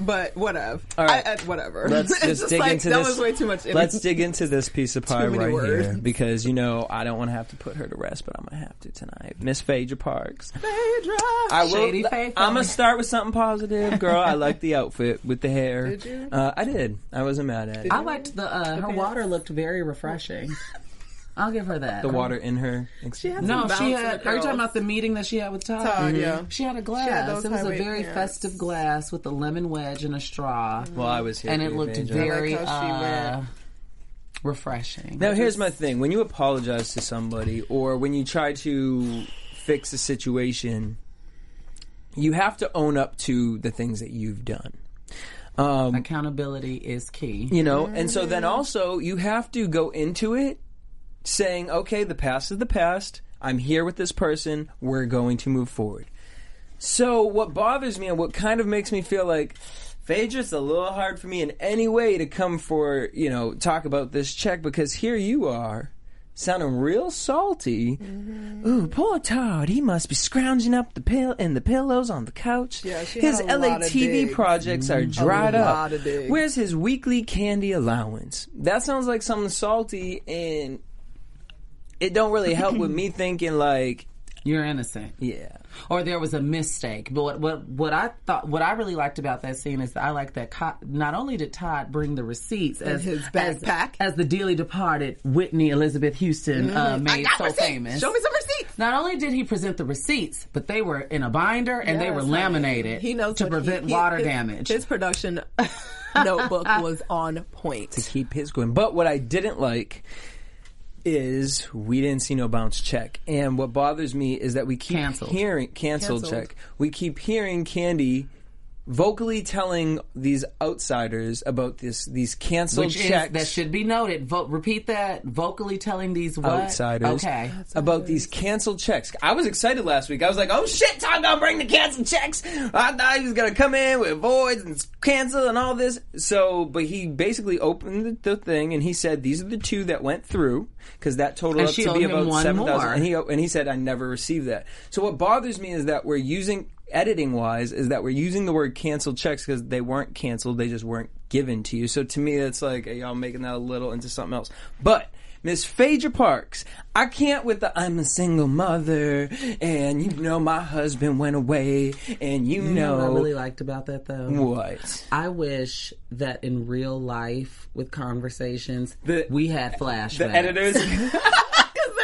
[SPEAKER 5] but whatever.
[SPEAKER 4] All right.
[SPEAKER 5] I, I, whatever. [LAUGHS]
[SPEAKER 4] Let's
[SPEAKER 5] It's
[SPEAKER 4] just, dig
[SPEAKER 5] like,
[SPEAKER 4] into
[SPEAKER 5] that
[SPEAKER 4] this.
[SPEAKER 5] was way too much.
[SPEAKER 4] Let's dig into this piece of pie
[SPEAKER 5] many
[SPEAKER 4] right
[SPEAKER 5] words.
[SPEAKER 4] here because you know I don't want to have to put her to rest, but I'm gonna have to tonight. Miss Phaedra
[SPEAKER 5] [LAUGHS]
[SPEAKER 4] Parks. I
[SPEAKER 3] [LAUGHS]
[SPEAKER 4] will.
[SPEAKER 3] Shady Faye Foley.
[SPEAKER 4] I'm gonna start with something positive, girl. I like the outfit with the hair.
[SPEAKER 5] Did you?
[SPEAKER 4] Uh, I did. I wasn't mad at it.
[SPEAKER 3] I liked the uh, her water looked very
[SPEAKER 5] [LAUGHS]
[SPEAKER 3] refreshing. I'll give her that.
[SPEAKER 4] the water in her.
[SPEAKER 3] No,
[SPEAKER 5] Bounce
[SPEAKER 3] she
[SPEAKER 5] in
[SPEAKER 3] had.
[SPEAKER 5] the
[SPEAKER 3] Are you talking
[SPEAKER 5] girls.
[SPEAKER 3] about the meeting that she had with Todd? Mm-hmm.
[SPEAKER 5] Todd, yeah.
[SPEAKER 3] She had a
[SPEAKER 5] had
[SPEAKER 3] glass.
[SPEAKER 5] those
[SPEAKER 3] it was a
[SPEAKER 5] highway
[SPEAKER 3] very
[SPEAKER 5] pants.
[SPEAKER 3] festive glass with a lemon wedge and a straw,
[SPEAKER 4] Well, I was here.
[SPEAKER 3] and
[SPEAKER 4] for
[SPEAKER 3] it
[SPEAKER 4] you,
[SPEAKER 3] looked
[SPEAKER 4] Phaedra.
[SPEAKER 3] very
[SPEAKER 5] I like how she
[SPEAKER 3] uh,
[SPEAKER 5] went.
[SPEAKER 3] refreshing.
[SPEAKER 4] Now, here's my thing. When you apologize to somebody or when you try to fix a situation, you have to own up to the things that you've done.
[SPEAKER 3] [LAUGHS]
[SPEAKER 4] Um,
[SPEAKER 3] Accountability is key.
[SPEAKER 4] you know, and so then also you have to go into it saying, okay, the past is the past. I'm here with this person. We're going to move forward. So, what bothers me and what kind of makes me feel like Phaedra's a little hard for me in any way to come for, you know, talk about this check because here you are sounding real salty.
[SPEAKER 5] Mm-hmm.
[SPEAKER 4] Ooh, poor Todd. He must be scrounging up the pill and the pillows on the couch.
[SPEAKER 5] Yeah, she
[SPEAKER 4] His
[SPEAKER 5] had a
[SPEAKER 4] LA
[SPEAKER 5] lot of
[SPEAKER 4] TV
[SPEAKER 5] digs.
[SPEAKER 4] projects are dried up.
[SPEAKER 5] lot of digs.
[SPEAKER 4] Where's his weekly candy allowance? That sounds like something salty and it don't really help with me thinking like,
[SPEAKER 3] You're innocent.
[SPEAKER 4] yeah.
[SPEAKER 3] or there was a mistake. But what, what what I thought, what I really liked about that scene is that I like that co- not only did Todd bring the receipts as
[SPEAKER 5] his
[SPEAKER 3] as-
[SPEAKER 5] backpack.
[SPEAKER 3] as, the dearly departed Whitney Elizabeth Houston uh, made so
[SPEAKER 5] Mm-hmm. receipts.
[SPEAKER 3] famous.
[SPEAKER 5] Show me some receipts.
[SPEAKER 3] Not only did he present the receipts, but they were in a binder and they
[SPEAKER 5] Yes,
[SPEAKER 3] were
[SPEAKER 5] honey.
[SPEAKER 3] laminated
[SPEAKER 5] He knows
[SPEAKER 3] to
[SPEAKER 5] what he-
[SPEAKER 3] prevent
[SPEAKER 5] he-
[SPEAKER 3] water
[SPEAKER 5] his-
[SPEAKER 3] damage.
[SPEAKER 5] His production [LAUGHS] notebook was on
[SPEAKER 3] [LAUGHS]
[SPEAKER 5] point.
[SPEAKER 4] keep his going. But what I didn't like is we didn't see no bounce check. And what bothers me is that we keep
[SPEAKER 3] Canceled.
[SPEAKER 4] hearing canceled,
[SPEAKER 5] Canceled.
[SPEAKER 4] check. We keep hearing Candy vocally telling these outsiders about this these canceled
[SPEAKER 3] which is,
[SPEAKER 4] checks
[SPEAKER 3] that should be noted. Vo- repeat that vocally telling these what?
[SPEAKER 4] outsiders
[SPEAKER 3] Okay.
[SPEAKER 4] about these canceled checks. I was excited last week. I was like, "Oh shit, Tom gonna bring the canceled checks." I thought he was gonna come in with voids and cancel and all this. So, but he basically opened the, the thing and he said, "These are the two that went through because that total
[SPEAKER 3] And
[SPEAKER 4] up
[SPEAKER 3] she
[SPEAKER 4] to be
[SPEAKER 3] owed him
[SPEAKER 4] about
[SPEAKER 3] one
[SPEAKER 4] seven
[SPEAKER 3] more.
[SPEAKER 4] thousand. And he and he said, "I never received that." So, what bothers me is that we're using editing wise is that we're using the word canceled checks because they weren't canceled; they just weren't given to you. So, to me, that's like hey, y'all making that a little into something else. But Miss Phaedra Parks, I can't with the I'm a single mother, and you know my husband went away, and you,
[SPEAKER 3] You know
[SPEAKER 4] know,
[SPEAKER 3] what I really liked about that though.
[SPEAKER 4] what.
[SPEAKER 3] I wish that in real life with conversations
[SPEAKER 4] The-
[SPEAKER 3] we had flashbacks.
[SPEAKER 4] The editors, [LAUGHS]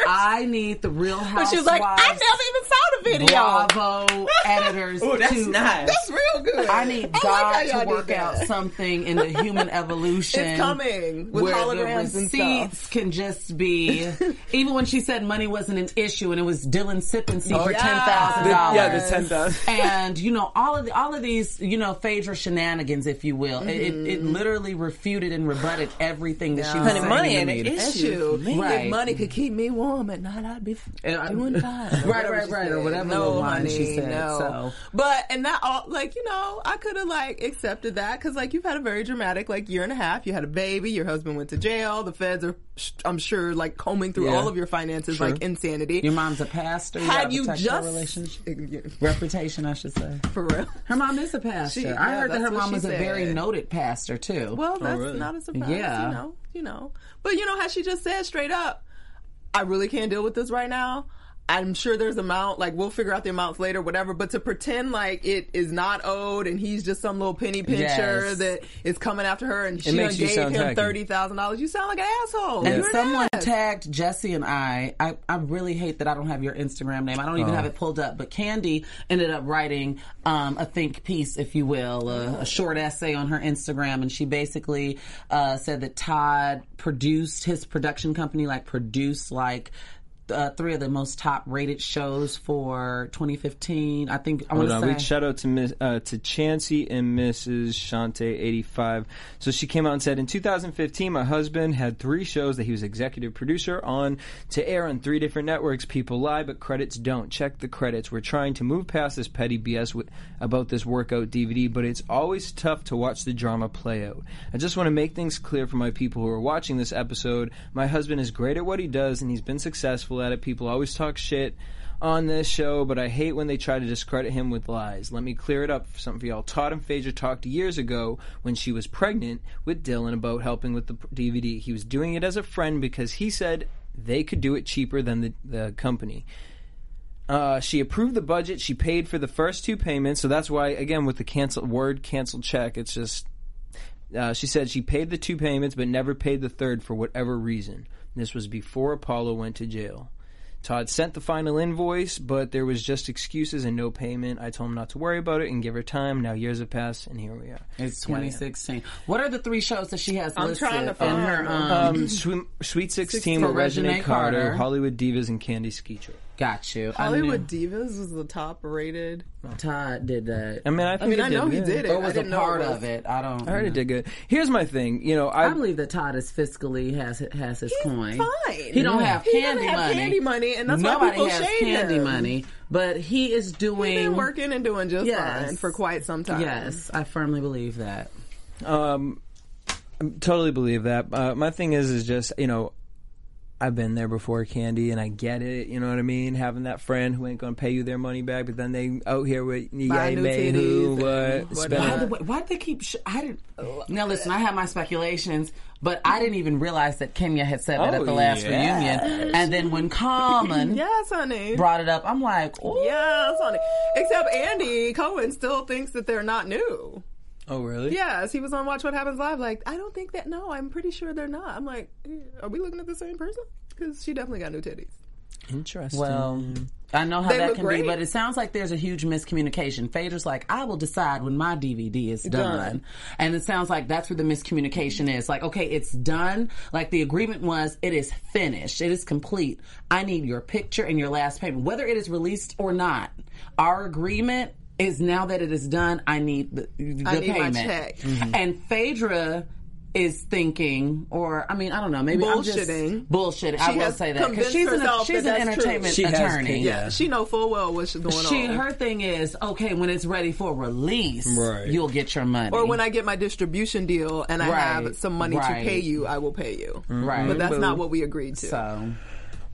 [SPEAKER 3] I need the Real Housewives.
[SPEAKER 5] She was like, I never even saw the video.
[SPEAKER 3] [LAUGHS] Bravo editors.
[SPEAKER 4] oh, that's
[SPEAKER 3] to,
[SPEAKER 4] nice.
[SPEAKER 5] That's real good.
[SPEAKER 3] I need
[SPEAKER 5] I
[SPEAKER 3] God
[SPEAKER 5] like how
[SPEAKER 3] to
[SPEAKER 5] y'all
[SPEAKER 3] work
[SPEAKER 5] did that.
[SPEAKER 3] out something in the [LAUGHS] human evolution.
[SPEAKER 5] It's coming with
[SPEAKER 3] where
[SPEAKER 5] holograms
[SPEAKER 3] the
[SPEAKER 5] and
[SPEAKER 3] receipts
[SPEAKER 5] stuff.
[SPEAKER 3] can just be. even when she said money wasn't an issue, and it was Dylan Sippency for
[SPEAKER 5] yes.
[SPEAKER 3] ten thousand
[SPEAKER 4] The-
[SPEAKER 3] dollars
[SPEAKER 4] yeah, the ten thousand.
[SPEAKER 3] and you know all of the, all of these you know Phaedra shenanigans, if you will, it, it, it literally refuted and rebutted everything that she was
[SPEAKER 4] Honey,
[SPEAKER 3] saying.
[SPEAKER 4] money
[SPEAKER 3] to
[SPEAKER 4] ain't
[SPEAKER 3] me.
[SPEAKER 4] an
[SPEAKER 5] Issue.
[SPEAKER 3] Right.
[SPEAKER 5] If money could keep me warm at night, I'd be
[SPEAKER 3] And I- [LAUGHS]
[SPEAKER 5] doing fine. Or
[SPEAKER 3] Right,
[SPEAKER 5] whatever
[SPEAKER 3] right,
[SPEAKER 5] she
[SPEAKER 3] right, or
[SPEAKER 5] said.
[SPEAKER 3] whatever
[SPEAKER 5] No,
[SPEAKER 3] little line
[SPEAKER 5] honey,
[SPEAKER 3] she said,
[SPEAKER 5] no.
[SPEAKER 3] so.
[SPEAKER 5] But and that all like you know, I could have like accepted that because like you've had a very dramatic like year and a half. You had a baby. Your husband went to jail. The feds are, sh- I'm sure, like combing through
[SPEAKER 4] Yeah.
[SPEAKER 5] all of your finances
[SPEAKER 4] Sure.
[SPEAKER 5] like insanity.
[SPEAKER 3] Your mom's a pastor.
[SPEAKER 5] Had
[SPEAKER 3] have a
[SPEAKER 5] you
[SPEAKER 3] sexual
[SPEAKER 5] just-
[SPEAKER 3] relationship
[SPEAKER 5] [LAUGHS] For
[SPEAKER 3] reputation, I should say.
[SPEAKER 5] real.
[SPEAKER 3] Her mom is a pastor.
[SPEAKER 5] She-
[SPEAKER 3] I
[SPEAKER 5] yeah,
[SPEAKER 3] heard that
[SPEAKER 5] that's
[SPEAKER 3] her
[SPEAKER 5] what
[SPEAKER 3] mom
[SPEAKER 5] she
[SPEAKER 3] was a very
[SPEAKER 5] said.
[SPEAKER 3] noted pastor too.
[SPEAKER 5] Well, that's
[SPEAKER 4] really?
[SPEAKER 5] not a surprise.
[SPEAKER 3] Oh, Yeah.
[SPEAKER 5] You know, you know. But you know how she just said straight up, I really can't deal with this right now. I'm sure there's amount, like we'll figure out the amounts later, whatever. But to pretend like it is not owed and he's just some little penny pincher
[SPEAKER 3] Yes.
[SPEAKER 5] that is coming after her and she done
[SPEAKER 4] makes you
[SPEAKER 5] gave him
[SPEAKER 4] sound tacky.
[SPEAKER 5] thirty thousand dollars, you sound like an asshole.
[SPEAKER 3] And
[SPEAKER 5] You're an
[SPEAKER 3] someone
[SPEAKER 5] ass.
[SPEAKER 3] tagged Jesse and I, I. I really hate that I don't have your Instagram name. I don't even have it pulled up. But Candy ended up writing um, a think piece, if you will, a, a short essay on her Instagram, and she basically uh, said that Todd produced his production company, like produced like. Uh, three of the most top-rated shows for 2015. I think I want
[SPEAKER 4] Hold
[SPEAKER 3] to
[SPEAKER 4] on,
[SPEAKER 3] say
[SPEAKER 4] Oh, we shout out to Miss, uh, to Chansey and Mrs. Shante eighty five. So she came out and said, in 2015, my husband had three shows that he was executive producer on to air on three different networks. People lie, but credits don't. Check the credits. We're trying to move past this petty BS with, about this workout DVD, but it's always tough to watch the drama play out. I just want to make things clear for my people who are watching this episode. My husband is great at what he does, and he's been successful people at it. People always talk shit on this show, but I hate when they try to discredit him with lies. Let me clear it up for something for y'all. Todd and Phaedra talked years ago when she was pregnant with Dylan about helping with the p- DVD. He was doing it as a friend because he said they could do it cheaper than the, the company. Uh, she approved the budget. She paid for the first two payments, so that's why, again, with the cancel word cancel check, it's just. Uh, she said she paid the two payments, but never paid the third for whatever reason. This was before Apollo went to jail. Todd sent the final invoice, but there was just excuses and no payment. I told him not to worry about it and give her time. Now years have passed, and here we are.
[SPEAKER 3] It's 2016. What are the three shows that she has
[SPEAKER 5] I'm
[SPEAKER 3] listed
[SPEAKER 5] trying to
[SPEAKER 3] in
[SPEAKER 5] find
[SPEAKER 3] her?
[SPEAKER 5] them.
[SPEAKER 3] Um,
[SPEAKER 4] Um, Sweet, Sweet 16
[SPEAKER 3] for
[SPEAKER 4] with Regina
[SPEAKER 3] Reginae
[SPEAKER 4] Carter,
[SPEAKER 3] Carter.
[SPEAKER 4] Hollywood Divas, and Candy Skeeter.
[SPEAKER 3] got you. I knew
[SPEAKER 5] Hollywood Divas was the top rated.
[SPEAKER 3] Todd did that.
[SPEAKER 4] I mean, I,
[SPEAKER 5] I
[SPEAKER 4] think
[SPEAKER 5] mean,
[SPEAKER 4] it
[SPEAKER 5] I know he
[SPEAKER 4] good.
[SPEAKER 5] did it.
[SPEAKER 3] Or
[SPEAKER 5] I
[SPEAKER 3] was a
[SPEAKER 5] didn't know
[SPEAKER 3] part
[SPEAKER 5] it was.
[SPEAKER 3] of it. I don't.
[SPEAKER 4] I heard it did good. Here's my thing. You know,
[SPEAKER 3] I believe that Todd is fiscally has has his coin.
[SPEAKER 5] fine.
[SPEAKER 3] He don't have
[SPEAKER 5] He
[SPEAKER 3] candy
[SPEAKER 5] doesn't have
[SPEAKER 3] money.
[SPEAKER 5] candy money, and that's why
[SPEAKER 3] Nobody
[SPEAKER 5] people
[SPEAKER 3] has
[SPEAKER 5] shade
[SPEAKER 3] candy
[SPEAKER 5] him.
[SPEAKER 3] money, but he is doing.
[SPEAKER 5] He's been working and doing just
[SPEAKER 3] Yes.
[SPEAKER 5] fine for quite some time.
[SPEAKER 3] Yes, I firmly believe that.
[SPEAKER 4] Um, I totally believe that. Uh, my thing is, is just you know, I've been there before, Candy, and I get it. You know what I mean? Having that friend who ain't gonna pay you their money back, but then they out here with
[SPEAKER 5] Buy
[SPEAKER 4] yay,
[SPEAKER 5] new
[SPEAKER 4] may, who,
[SPEAKER 5] titties and
[SPEAKER 4] what,
[SPEAKER 5] whatnot.
[SPEAKER 3] By
[SPEAKER 4] spending.
[SPEAKER 3] the way, why did they keep? Sh- I didn't. Now listen, I have my speculations, but I didn't even realize that Kenya had said that
[SPEAKER 4] Oh,
[SPEAKER 3] at the last
[SPEAKER 4] yes.
[SPEAKER 3] reunion. And then when [LAUGHS] Common
[SPEAKER 5] Yes, honey.
[SPEAKER 3] brought it up, I'm like, oh,
[SPEAKER 5] Yes, honey. Except Andy Cohen still thinks that they're not new.
[SPEAKER 4] Oh, really?
[SPEAKER 5] Yes, he was on Watch What Happens Live. Like, I don't think that. No, I'm pretty sure they're not. I'm like, are we looking at the same person? Because she definitely got new titties.
[SPEAKER 4] Interesting.
[SPEAKER 3] Well, I know how
[SPEAKER 5] They
[SPEAKER 3] that
[SPEAKER 5] look
[SPEAKER 3] can
[SPEAKER 5] great.
[SPEAKER 3] be, but it sounds like there's a huge miscommunication. Phaedra's like, I will decide when my DVD is done.
[SPEAKER 5] Done.
[SPEAKER 3] And it sounds like that's where the miscommunication is. Like, okay, it's done. Like, the agreement was, it is finished. It is complete. I need your picture and your last payment. Whether it is released or not, our agreement is now that it is done, I need the, the
[SPEAKER 5] I need my
[SPEAKER 3] payment. Mm-hmm.
[SPEAKER 5] check.
[SPEAKER 3] And Phaedra is thinking, or I mean, I don't know, maybe I'm
[SPEAKER 5] Bullshitting.
[SPEAKER 3] just bullshitting. I
[SPEAKER 5] She
[SPEAKER 3] will
[SPEAKER 5] has
[SPEAKER 3] say that because
[SPEAKER 5] convinced
[SPEAKER 3] she's an,
[SPEAKER 5] herself
[SPEAKER 3] she's
[SPEAKER 5] that
[SPEAKER 3] an
[SPEAKER 5] that's true.
[SPEAKER 3] entertainment
[SPEAKER 4] She has
[SPEAKER 3] attorney.
[SPEAKER 4] Yeah.
[SPEAKER 5] Yeah, she know full well what's going
[SPEAKER 3] She
[SPEAKER 5] on.
[SPEAKER 3] her thing is okay when it's ready for release,
[SPEAKER 4] Right.
[SPEAKER 3] you'll get your money.
[SPEAKER 5] or when I get my distribution deal and I
[SPEAKER 3] Right,
[SPEAKER 5] have some money
[SPEAKER 3] right. Mm-hmm.
[SPEAKER 5] to pay you, I will pay you.
[SPEAKER 3] Right.
[SPEAKER 5] But that's not what we agreed to.
[SPEAKER 3] so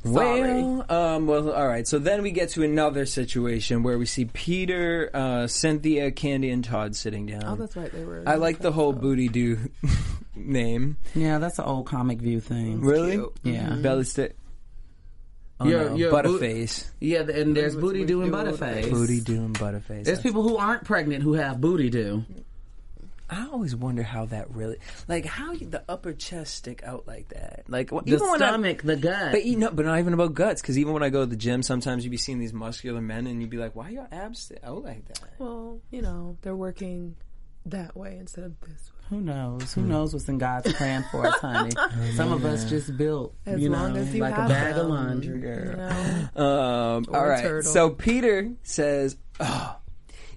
[SPEAKER 5] Sorry.
[SPEAKER 4] Well, um, well, all right. So then we get to another situation where we see Peter, uh, Cynthia, Candy, and Todd sitting down.
[SPEAKER 5] Oh, that's right. They were.
[SPEAKER 3] Uh,
[SPEAKER 4] I like the
[SPEAKER 3] Oh.
[SPEAKER 4] whole booty do [LAUGHS] name.
[SPEAKER 3] yeah, that's an old comic view thing.
[SPEAKER 4] Really?
[SPEAKER 5] cute.
[SPEAKER 3] Yeah. Mm-hmm.
[SPEAKER 4] Belly stick. Oh,
[SPEAKER 3] Your-
[SPEAKER 4] no.
[SPEAKER 3] your
[SPEAKER 4] Butterface.
[SPEAKER 3] Yeah, and there's booty do and
[SPEAKER 5] do and
[SPEAKER 3] butterface.
[SPEAKER 4] Booty doing Butterface.
[SPEAKER 3] There's
[SPEAKER 4] That's-
[SPEAKER 3] people who aren't pregnant who have booty do.
[SPEAKER 4] I always wonder how that really, like, how you- the upper chest stick out like that. Like, wh-
[SPEAKER 3] The
[SPEAKER 4] even when
[SPEAKER 3] stomach,
[SPEAKER 4] I,
[SPEAKER 3] the gut.
[SPEAKER 4] But you know, but not even about guts, because even when I go to the gym, sometimes you'd be seeing these muscular men, and you'd be like, "Why your abs sti- out like that?"
[SPEAKER 5] Well, you know, they're working that way instead of this way.
[SPEAKER 3] Who knows? Who knows what's in God's plan for us, [LAUGHS] honey? Some of us just built,
[SPEAKER 5] As
[SPEAKER 3] you
[SPEAKER 5] long
[SPEAKER 3] know,
[SPEAKER 5] as you
[SPEAKER 3] like a
[SPEAKER 5] have
[SPEAKER 3] bag of
[SPEAKER 5] them.
[SPEAKER 3] laundry.
[SPEAKER 5] You
[SPEAKER 4] Girl.
[SPEAKER 3] [LAUGHS]
[SPEAKER 5] know?
[SPEAKER 4] Um, all right.
[SPEAKER 5] turtle.
[SPEAKER 4] So Peter says, oh,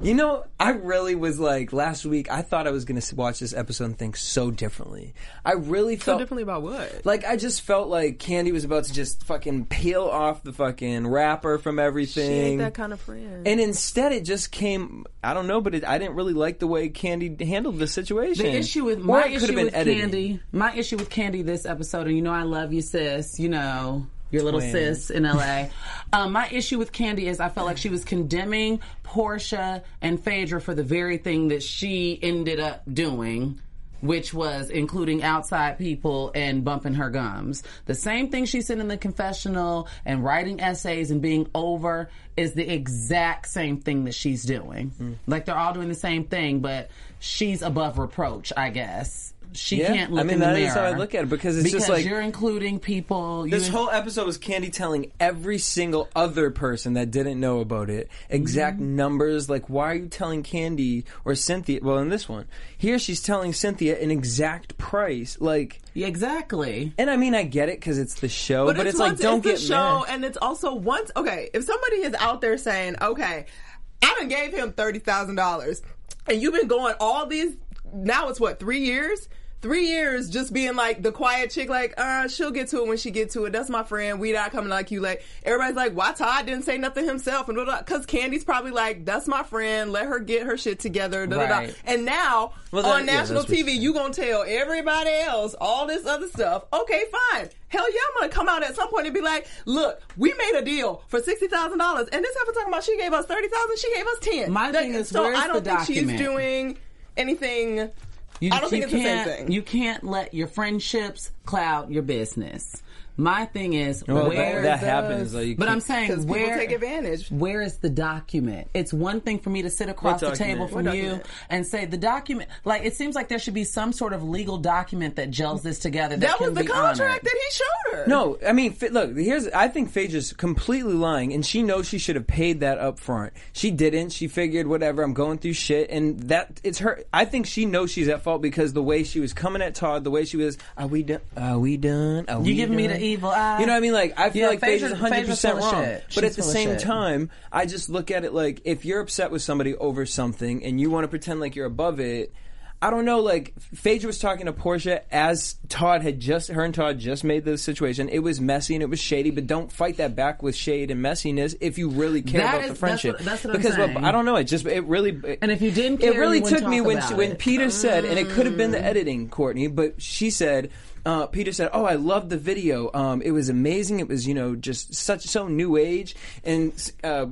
[SPEAKER 4] you know, I really was like last week. I thought I was going to watch this episode and think so differently. I really
[SPEAKER 5] so
[SPEAKER 4] felt
[SPEAKER 5] differently about what?
[SPEAKER 4] like I just felt like Candy was about to just fucking peel off the fucking wrapper from
[SPEAKER 5] She
[SPEAKER 4] everything.
[SPEAKER 5] ain't that kind of friend.
[SPEAKER 4] and instead, it just came. I don't know, but it, I didn't really like the way Candy handled the situation.
[SPEAKER 3] The issue with
[SPEAKER 4] Or
[SPEAKER 3] my
[SPEAKER 4] it could have
[SPEAKER 3] issue
[SPEAKER 4] been
[SPEAKER 3] with
[SPEAKER 4] editing.
[SPEAKER 3] Candy, my issue with Candy this episode, and you know I love you, sis. You know your little
[SPEAKER 4] Twins.
[SPEAKER 3] sis in LA. um, my issue with Candy is I felt like she was condemning Portia and Phaedra for the very thing that she ended up doing. Which was including outside people and bumping her gums. The same thing she said in the confessional and writing essays and being over is the exact same thing that she's doing. Like they're all doing the same thing, but she's above reproach, I guess. She
[SPEAKER 4] Yeah.
[SPEAKER 3] can't look
[SPEAKER 4] I mean,
[SPEAKER 3] in the
[SPEAKER 4] that
[SPEAKER 3] mirror.
[SPEAKER 4] is how I look at it, because it's just like-
[SPEAKER 3] you're including people. you-
[SPEAKER 4] This whole episode was Candy telling every single other person that didn't know about it exact
[SPEAKER 5] Mm-hmm.
[SPEAKER 4] numbers. Like, why are you telling Candy or Cynthia? Well, in this one, here she's telling Cynthia an exact price. Like,
[SPEAKER 3] exactly.
[SPEAKER 4] and I mean, I get it because it's the show, but, it's, like,
[SPEAKER 5] once-
[SPEAKER 4] don't
[SPEAKER 5] it's the
[SPEAKER 4] get
[SPEAKER 5] show,
[SPEAKER 4] mad.
[SPEAKER 5] and it's also once. Okay, if somebody is out there saying, "Okay, I done gave him thirty thousand dollars," and you've been going all these now, it's what three years. three years just being like the quiet chick, like, uh, she'll get to it when she get to it. That's my friend. We not coming like you. Like, everybody's like, why Todd didn't say nothing himself? And blah, blah, blah. cause Candy's probably like, that's my friend. Let her get her shit together. Da, da, da.
[SPEAKER 4] Right.
[SPEAKER 5] And now
[SPEAKER 4] Well,
[SPEAKER 5] on
[SPEAKER 4] that- yeah,
[SPEAKER 5] national
[SPEAKER 4] that's what she
[SPEAKER 5] TV, you gonna tell everybody else all this other stuff. Okay, fine. Hell yeah, I'm gonna come out at some point and be like, look, we made a deal for sixty thousand dollars, and this heifer talking about she gave us thirty thousand, she gave us ten.
[SPEAKER 3] My thing is,
[SPEAKER 5] so
[SPEAKER 3] where's
[SPEAKER 5] I don't
[SPEAKER 3] the
[SPEAKER 5] think she's
[SPEAKER 3] document?
[SPEAKER 5] doing anything.
[SPEAKER 3] You,
[SPEAKER 5] I don't think it's the same
[SPEAKER 3] can't-
[SPEAKER 5] thing.
[SPEAKER 3] You can't let your friendships cloud your business. My thing is
[SPEAKER 4] Well,
[SPEAKER 3] where.
[SPEAKER 4] that, that
[SPEAKER 5] does-
[SPEAKER 4] happens. Though, you
[SPEAKER 3] but I'm
[SPEAKER 4] can't-
[SPEAKER 5] Because
[SPEAKER 3] saying
[SPEAKER 5] people
[SPEAKER 3] where
[SPEAKER 5] take advantage.
[SPEAKER 3] Where is the document? It's one thing for me to sit across the
[SPEAKER 4] document?
[SPEAKER 3] table
[SPEAKER 4] What
[SPEAKER 3] from you
[SPEAKER 5] document?
[SPEAKER 3] and say the document. Like it seems like there should be some sort of legal document that gels this together. That,
[SPEAKER 5] That was
[SPEAKER 3] can
[SPEAKER 5] the
[SPEAKER 3] be
[SPEAKER 5] contract
[SPEAKER 3] honored.
[SPEAKER 5] that he showed her.
[SPEAKER 4] No, I mean, Fa- look. Here's I think Paige is completely lying, and she knows she should have paid that up front. She didn't. She figured, whatever. I'm going through shit, and that it's her. I think she knows she's at fault because the way she was coming at Todd, the way she was, are we done? Are we done? Are
[SPEAKER 3] You
[SPEAKER 4] we
[SPEAKER 3] giving me
[SPEAKER 4] done?"
[SPEAKER 3] the evil eye.
[SPEAKER 4] You know what I mean? Like I feel
[SPEAKER 3] Yeah,
[SPEAKER 4] like Paige is
[SPEAKER 3] Phaedra's-
[SPEAKER 4] 100 percent
[SPEAKER 3] Phaedra's full of
[SPEAKER 4] wrong,
[SPEAKER 3] shit.
[SPEAKER 4] but at
[SPEAKER 3] She's
[SPEAKER 4] the
[SPEAKER 3] full of
[SPEAKER 4] same
[SPEAKER 3] shit.
[SPEAKER 4] time, I just look at it like if you're upset with somebody over something and you want to pretend like you're above it. I don't know. Like Phaedra was talking to Portia as Todd had just her and Todd just made the situation. It was messy and it was shady, but don't fight that back with shade and messiness if you really care
[SPEAKER 3] That
[SPEAKER 4] about
[SPEAKER 3] is-
[SPEAKER 4] the
[SPEAKER 3] that's
[SPEAKER 4] friendship.
[SPEAKER 3] what- that's what I'm
[SPEAKER 4] because
[SPEAKER 3] saying.
[SPEAKER 4] I don't know. It just it really
[SPEAKER 3] And if you didn't
[SPEAKER 4] it
[SPEAKER 3] care,
[SPEAKER 4] really
[SPEAKER 3] you wouldn't
[SPEAKER 4] took me
[SPEAKER 3] talk
[SPEAKER 4] when
[SPEAKER 3] about
[SPEAKER 4] she, when
[SPEAKER 3] it.
[SPEAKER 4] Peter said, and it could have been the editing, Courtney, but she said. Uh, Peter said, "Oh, I loved the video. Um, it was amazing. It was, you know, just such so new age." And uh,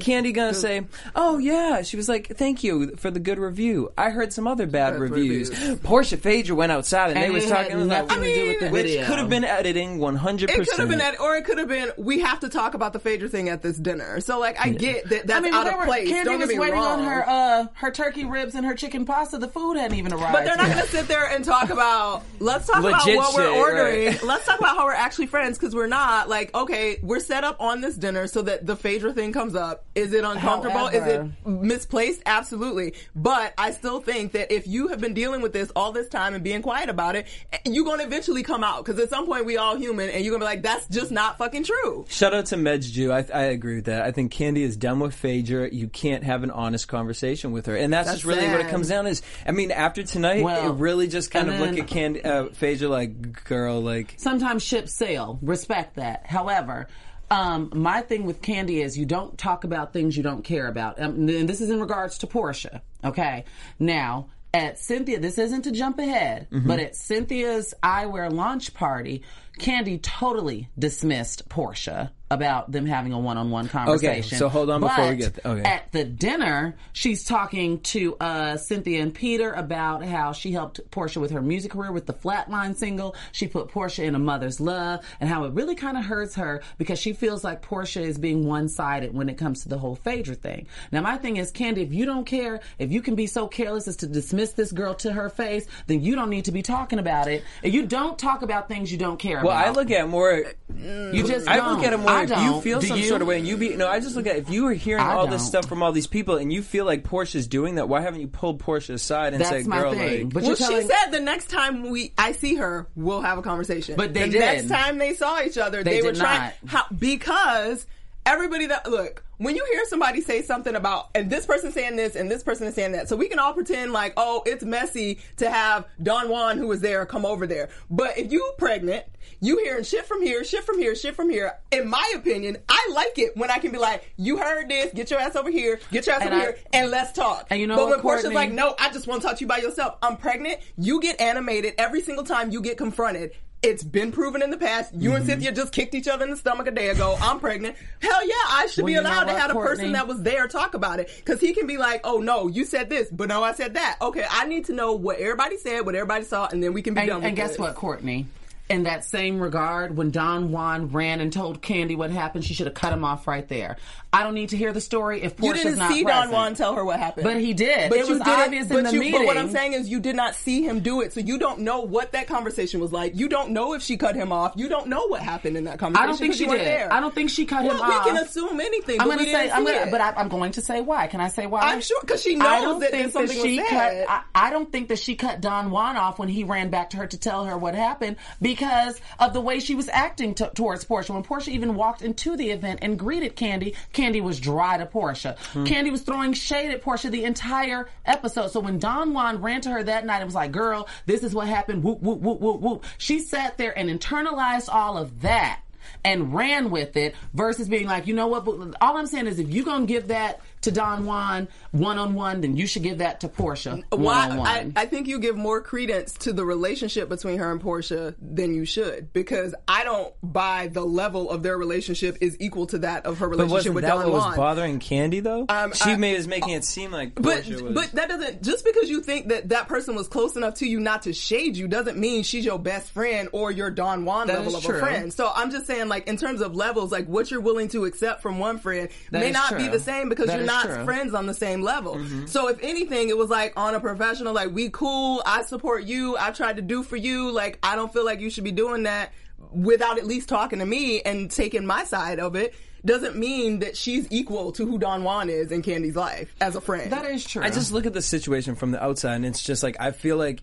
[SPEAKER 4] Candy gonna say, "Oh yeah," she was like, "Thank you for the good review." I heard some other bad, reviews. Portia Phaedra went outside and,
[SPEAKER 3] And
[SPEAKER 4] they
[SPEAKER 3] it
[SPEAKER 4] was
[SPEAKER 3] had
[SPEAKER 4] talking. I was like,
[SPEAKER 3] nothing to do with the
[SPEAKER 4] "Mm, which
[SPEAKER 3] video."
[SPEAKER 4] could have been editing one hundred
[SPEAKER 5] It
[SPEAKER 4] percent.
[SPEAKER 5] could have been that, or it could have been we have to talk about the Phaedra thing at this dinner. So like, I get that that's
[SPEAKER 3] I mean,
[SPEAKER 5] out
[SPEAKER 3] they
[SPEAKER 5] of
[SPEAKER 3] were-
[SPEAKER 5] place.
[SPEAKER 3] Candy
[SPEAKER 5] Don't
[SPEAKER 3] was
[SPEAKER 5] get me
[SPEAKER 3] wrong.
[SPEAKER 5] wrong.
[SPEAKER 3] on her uh, her turkey ribs and her chicken pasta. The food hadn't even arrived.
[SPEAKER 5] But they're not
[SPEAKER 3] yet.
[SPEAKER 5] going to sit there and talk about. Let's talk
[SPEAKER 4] Legit
[SPEAKER 5] about what we're
[SPEAKER 4] shit,
[SPEAKER 5] ordering.
[SPEAKER 4] right.
[SPEAKER 5] Let's talk about how we're actually friends because we're not. Like, okay, we're set up on this dinner so that the Phaedra thing comes up. Is it uncomfortable?
[SPEAKER 3] However-
[SPEAKER 5] Is it misplaced? Absolutely. But I still think that if you have been dealing with this all this time and being quiet about it, you're going to eventually come out because at some point we all human and you're going to be like, that's just not fucking true.
[SPEAKER 4] Shout out to Medj Jew. I, I agree with that. I think Candy is done with Phaedra. You can't have an honest conversation with her, and that's,
[SPEAKER 5] That's
[SPEAKER 4] just really what it
[SPEAKER 5] sad.
[SPEAKER 4] comes down is. I mean, after tonight,
[SPEAKER 3] Well,
[SPEAKER 4] it really just kind of
[SPEAKER 3] and
[SPEAKER 4] look
[SPEAKER 3] then-
[SPEAKER 4] at Candy uh, Phaedra like, girl, like
[SPEAKER 3] sometimes ships sail. Respect that. However, um, my thing with Candy is you don't talk about things you don't care about. Um, and this is in regards to Portia. Okay. Now, at Cynthia, this isn't to jump ahead,
[SPEAKER 5] Mm-hmm.
[SPEAKER 3] but at Cynthia's eyewear launch party, Candy totally dismissed Portia about them having a one-on-one conversation.
[SPEAKER 4] so hold on before we
[SPEAKER 3] But
[SPEAKER 4] get th- okay.
[SPEAKER 3] at the dinner, she's talking to uh, Cynthia and Peter about how she helped Portia with her music career with the Flatline single. She put Portia in a mother's love and how it really kind of hurts her because she feels like Portia is being one sided when it comes to the whole Phaedra thing. Now, my thing is, Candy, if you don't care, if you can be so careless as to dismiss this girl to her face, then you don't need to be talking about it. And you don't talk about things you don't care
[SPEAKER 4] Well,
[SPEAKER 3] about.
[SPEAKER 4] I look at it more.
[SPEAKER 3] you just
[SPEAKER 4] I look
[SPEAKER 3] don't.
[SPEAKER 4] at it more.
[SPEAKER 3] I
[SPEAKER 4] if you
[SPEAKER 3] don't.
[SPEAKER 4] feel
[SPEAKER 3] Do
[SPEAKER 4] some
[SPEAKER 3] you?
[SPEAKER 4] sort of way, and you be no. I just look at if you are hearing
[SPEAKER 3] I
[SPEAKER 4] all this
[SPEAKER 3] don't.
[SPEAKER 4] stuff from all these people, and you feel like Portia's doing that. Why haven't you pulled Portia aside and
[SPEAKER 3] That's
[SPEAKER 4] said,
[SPEAKER 3] my
[SPEAKER 4] girl,
[SPEAKER 3] thing.
[SPEAKER 4] like?
[SPEAKER 3] But
[SPEAKER 5] Well,
[SPEAKER 3] you're telling,
[SPEAKER 5] she said the next time we I see her, we'll have a conversation.
[SPEAKER 3] But they
[SPEAKER 5] the
[SPEAKER 3] didn't.
[SPEAKER 5] next time they saw each other,
[SPEAKER 3] They
[SPEAKER 5] they, were
[SPEAKER 3] did
[SPEAKER 5] trying
[SPEAKER 3] not.
[SPEAKER 5] how, because everybody that look when you hear somebody say something about and this person saying this and this person is saying that, so we can all pretend like oh it's messy to have Don Juan who was there come over there. But if you pregnant, you hearing shit from here, shit from here, shit from here. In my opinion, I like it when I can be like, you heard this, get your ass over here, get your ass
[SPEAKER 3] And
[SPEAKER 5] over
[SPEAKER 3] I-
[SPEAKER 5] here, and let's talk.
[SPEAKER 3] And you know
[SPEAKER 5] but
[SPEAKER 3] what,
[SPEAKER 5] when Portia's
[SPEAKER 3] Courtney?
[SPEAKER 5] like, no, I just want to talk to you by yourself. I'm pregnant. You get animated every single time you get confronted. It's been proven in the past. You
[SPEAKER 3] Mm-hmm.
[SPEAKER 5] and Cynthia just kicked each other in the stomach a day ago. I'm pregnant. Hell yeah, I should
[SPEAKER 3] Well,
[SPEAKER 5] be
[SPEAKER 3] you know
[SPEAKER 5] allowed to
[SPEAKER 3] what,
[SPEAKER 5] have a person
[SPEAKER 3] Courtney?
[SPEAKER 5] that was there talk about it. Cause he can be like, oh no, you said this, but no, I said that. Okay, I need to know what everybody said, what everybody saw, and then we can be
[SPEAKER 3] and,
[SPEAKER 5] done with
[SPEAKER 3] and guess
[SPEAKER 5] this.
[SPEAKER 3] what, Courtney? In that same regard, when Don Juan ran and told Candy what happened, she should have cut him off right there. I don't need to hear the story if
[SPEAKER 5] You
[SPEAKER 3] Portia's
[SPEAKER 5] didn't
[SPEAKER 3] not
[SPEAKER 5] see Don
[SPEAKER 3] present.
[SPEAKER 5] Juan tell her what happened.
[SPEAKER 3] But he did. It was
[SPEAKER 5] didn't-
[SPEAKER 3] obvious in
[SPEAKER 5] but
[SPEAKER 3] the
[SPEAKER 5] you, But what I'm
[SPEAKER 3] meeting.
[SPEAKER 5] saying is you did not see him do it. So you don't know what that conversation was like. You don't know if she cut him off. You don't know what happened in that conversation.
[SPEAKER 3] I don't think
[SPEAKER 5] 'cause
[SPEAKER 3] she
[SPEAKER 5] you weren't
[SPEAKER 3] did.
[SPEAKER 5] There.
[SPEAKER 3] I don't think she cut him
[SPEAKER 5] Well,
[SPEAKER 3] off.
[SPEAKER 5] We can assume anything.
[SPEAKER 3] I'm
[SPEAKER 5] going to
[SPEAKER 3] say I'm
[SPEAKER 5] going
[SPEAKER 3] gonna,
[SPEAKER 5] to,
[SPEAKER 3] but I, I'm going to say why. Can I say why?
[SPEAKER 5] I'm sure, 'cause she
[SPEAKER 3] I
[SPEAKER 5] knows
[SPEAKER 3] don't
[SPEAKER 5] that
[SPEAKER 3] think
[SPEAKER 5] something was
[SPEAKER 3] she
[SPEAKER 5] said.
[SPEAKER 3] cut. I, I don't think that she cut Don Juan off when he ran back to her to tell her what happened because of the way she was acting to towards Portia. When Portia even walked into the event and greeted Candy, Candy was dry to Portia. Candy was throwing shade at Portia the entire episode. So when Don Juan ran to her that night and was like, girl, this is what happened, whoop, whoop, whoop, whoop, whoop, she sat there and internalized all of that and ran with it versus being like, you know what? But all I'm saying is, if you're gonna give that to Don Juan one on one, then you should give that to Portia one on
[SPEAKER 5] I,
[SPEAKER 3] one.
[SPEAKER 5] I think you give more credence to the relationship between her and Portia than you should because I don't buy the level of their relationship is equal to that of her
[SPEAKER 4] But
[SPEAKER 5] relationship
[SPEAKER 4] wasn't
[SPEAKER 5] with
[SPEAKER 4] that
[SPEAKER 5] Don
[SPEAKER 4] what was
[SPEAKER 5] Juan.
[SPEAKER 4] bothering Candy though?
[SPEAKER 5] Um,
[SPEAKER 4] she
[SPEAKER 5] I-
[SPEAKER 4] made, was making it seem like
[SPEAKER 5] But
[SPEAKER 4] Portia was-
[SPEAKER 5] but that doesn't just because you think that that person was close enough to you not to shade you doesn't mean she's your best friend or your Don Juan
[SPEAKER 4] That
[SPEAKER 5] level
[SPEAKER 4] is
[SPEAKER 5] of
[SPEAKER 4] true.
[SPEAKER 5] a friend. So I'm just saying, like in terms of levels, like what you're willing to accept from one friend
[SPEAKER 4] That
[SPEAKER 5] may
[SPEAKER 4] is
[SPEAKER 5] not be
[SPEAKER 4] true.
[SPEAKER 5] the same because
[SPEAKER 4] That
[SPEAKER 5] you're
[SPEAKER 4] is
[SPEAKER 5] not
[SPEAKER 4] true. Mm-hmm.
[SPEAKER 5] friends on the same level. So if anything, it was like on a professional, like we cool, I support you, I tried to do for you, like I don't feel like you should be doing that without at least talking to me and taking my side of it. Doesn't mean that she's equal to who Don Juan is in Candy's life as a friend.
[SPEAKER 3] that is true.
[SPEAKER 4] I just look at the situation from the outside, and it's just like I feel like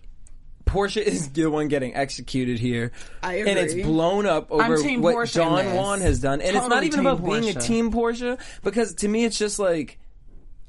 [SPEAKER 4] Portia [LAUGHS] is the one getting executed here,
[SPEAKER 5] I
[SPEAKER 4] and it's
[SPEAKER 5] agree.
[SPEAKER 4] blown up over
[SPEAKER 3] team
[SPEAKER 4] what
[SPEAKER 3] Portia in
[SPEAKER 4] Don
[SPEAKER 3] this.
[SPEAKER 4] Juan has done, and it's not
[SPEAKER 3] Totally
[SPEAKER 4] even
[SPEAKER 3] team
[SPEAKER 4] about being a
[SPEAKER 3] Portia.
[SPEAKER 4] team Portia because to me it's just like,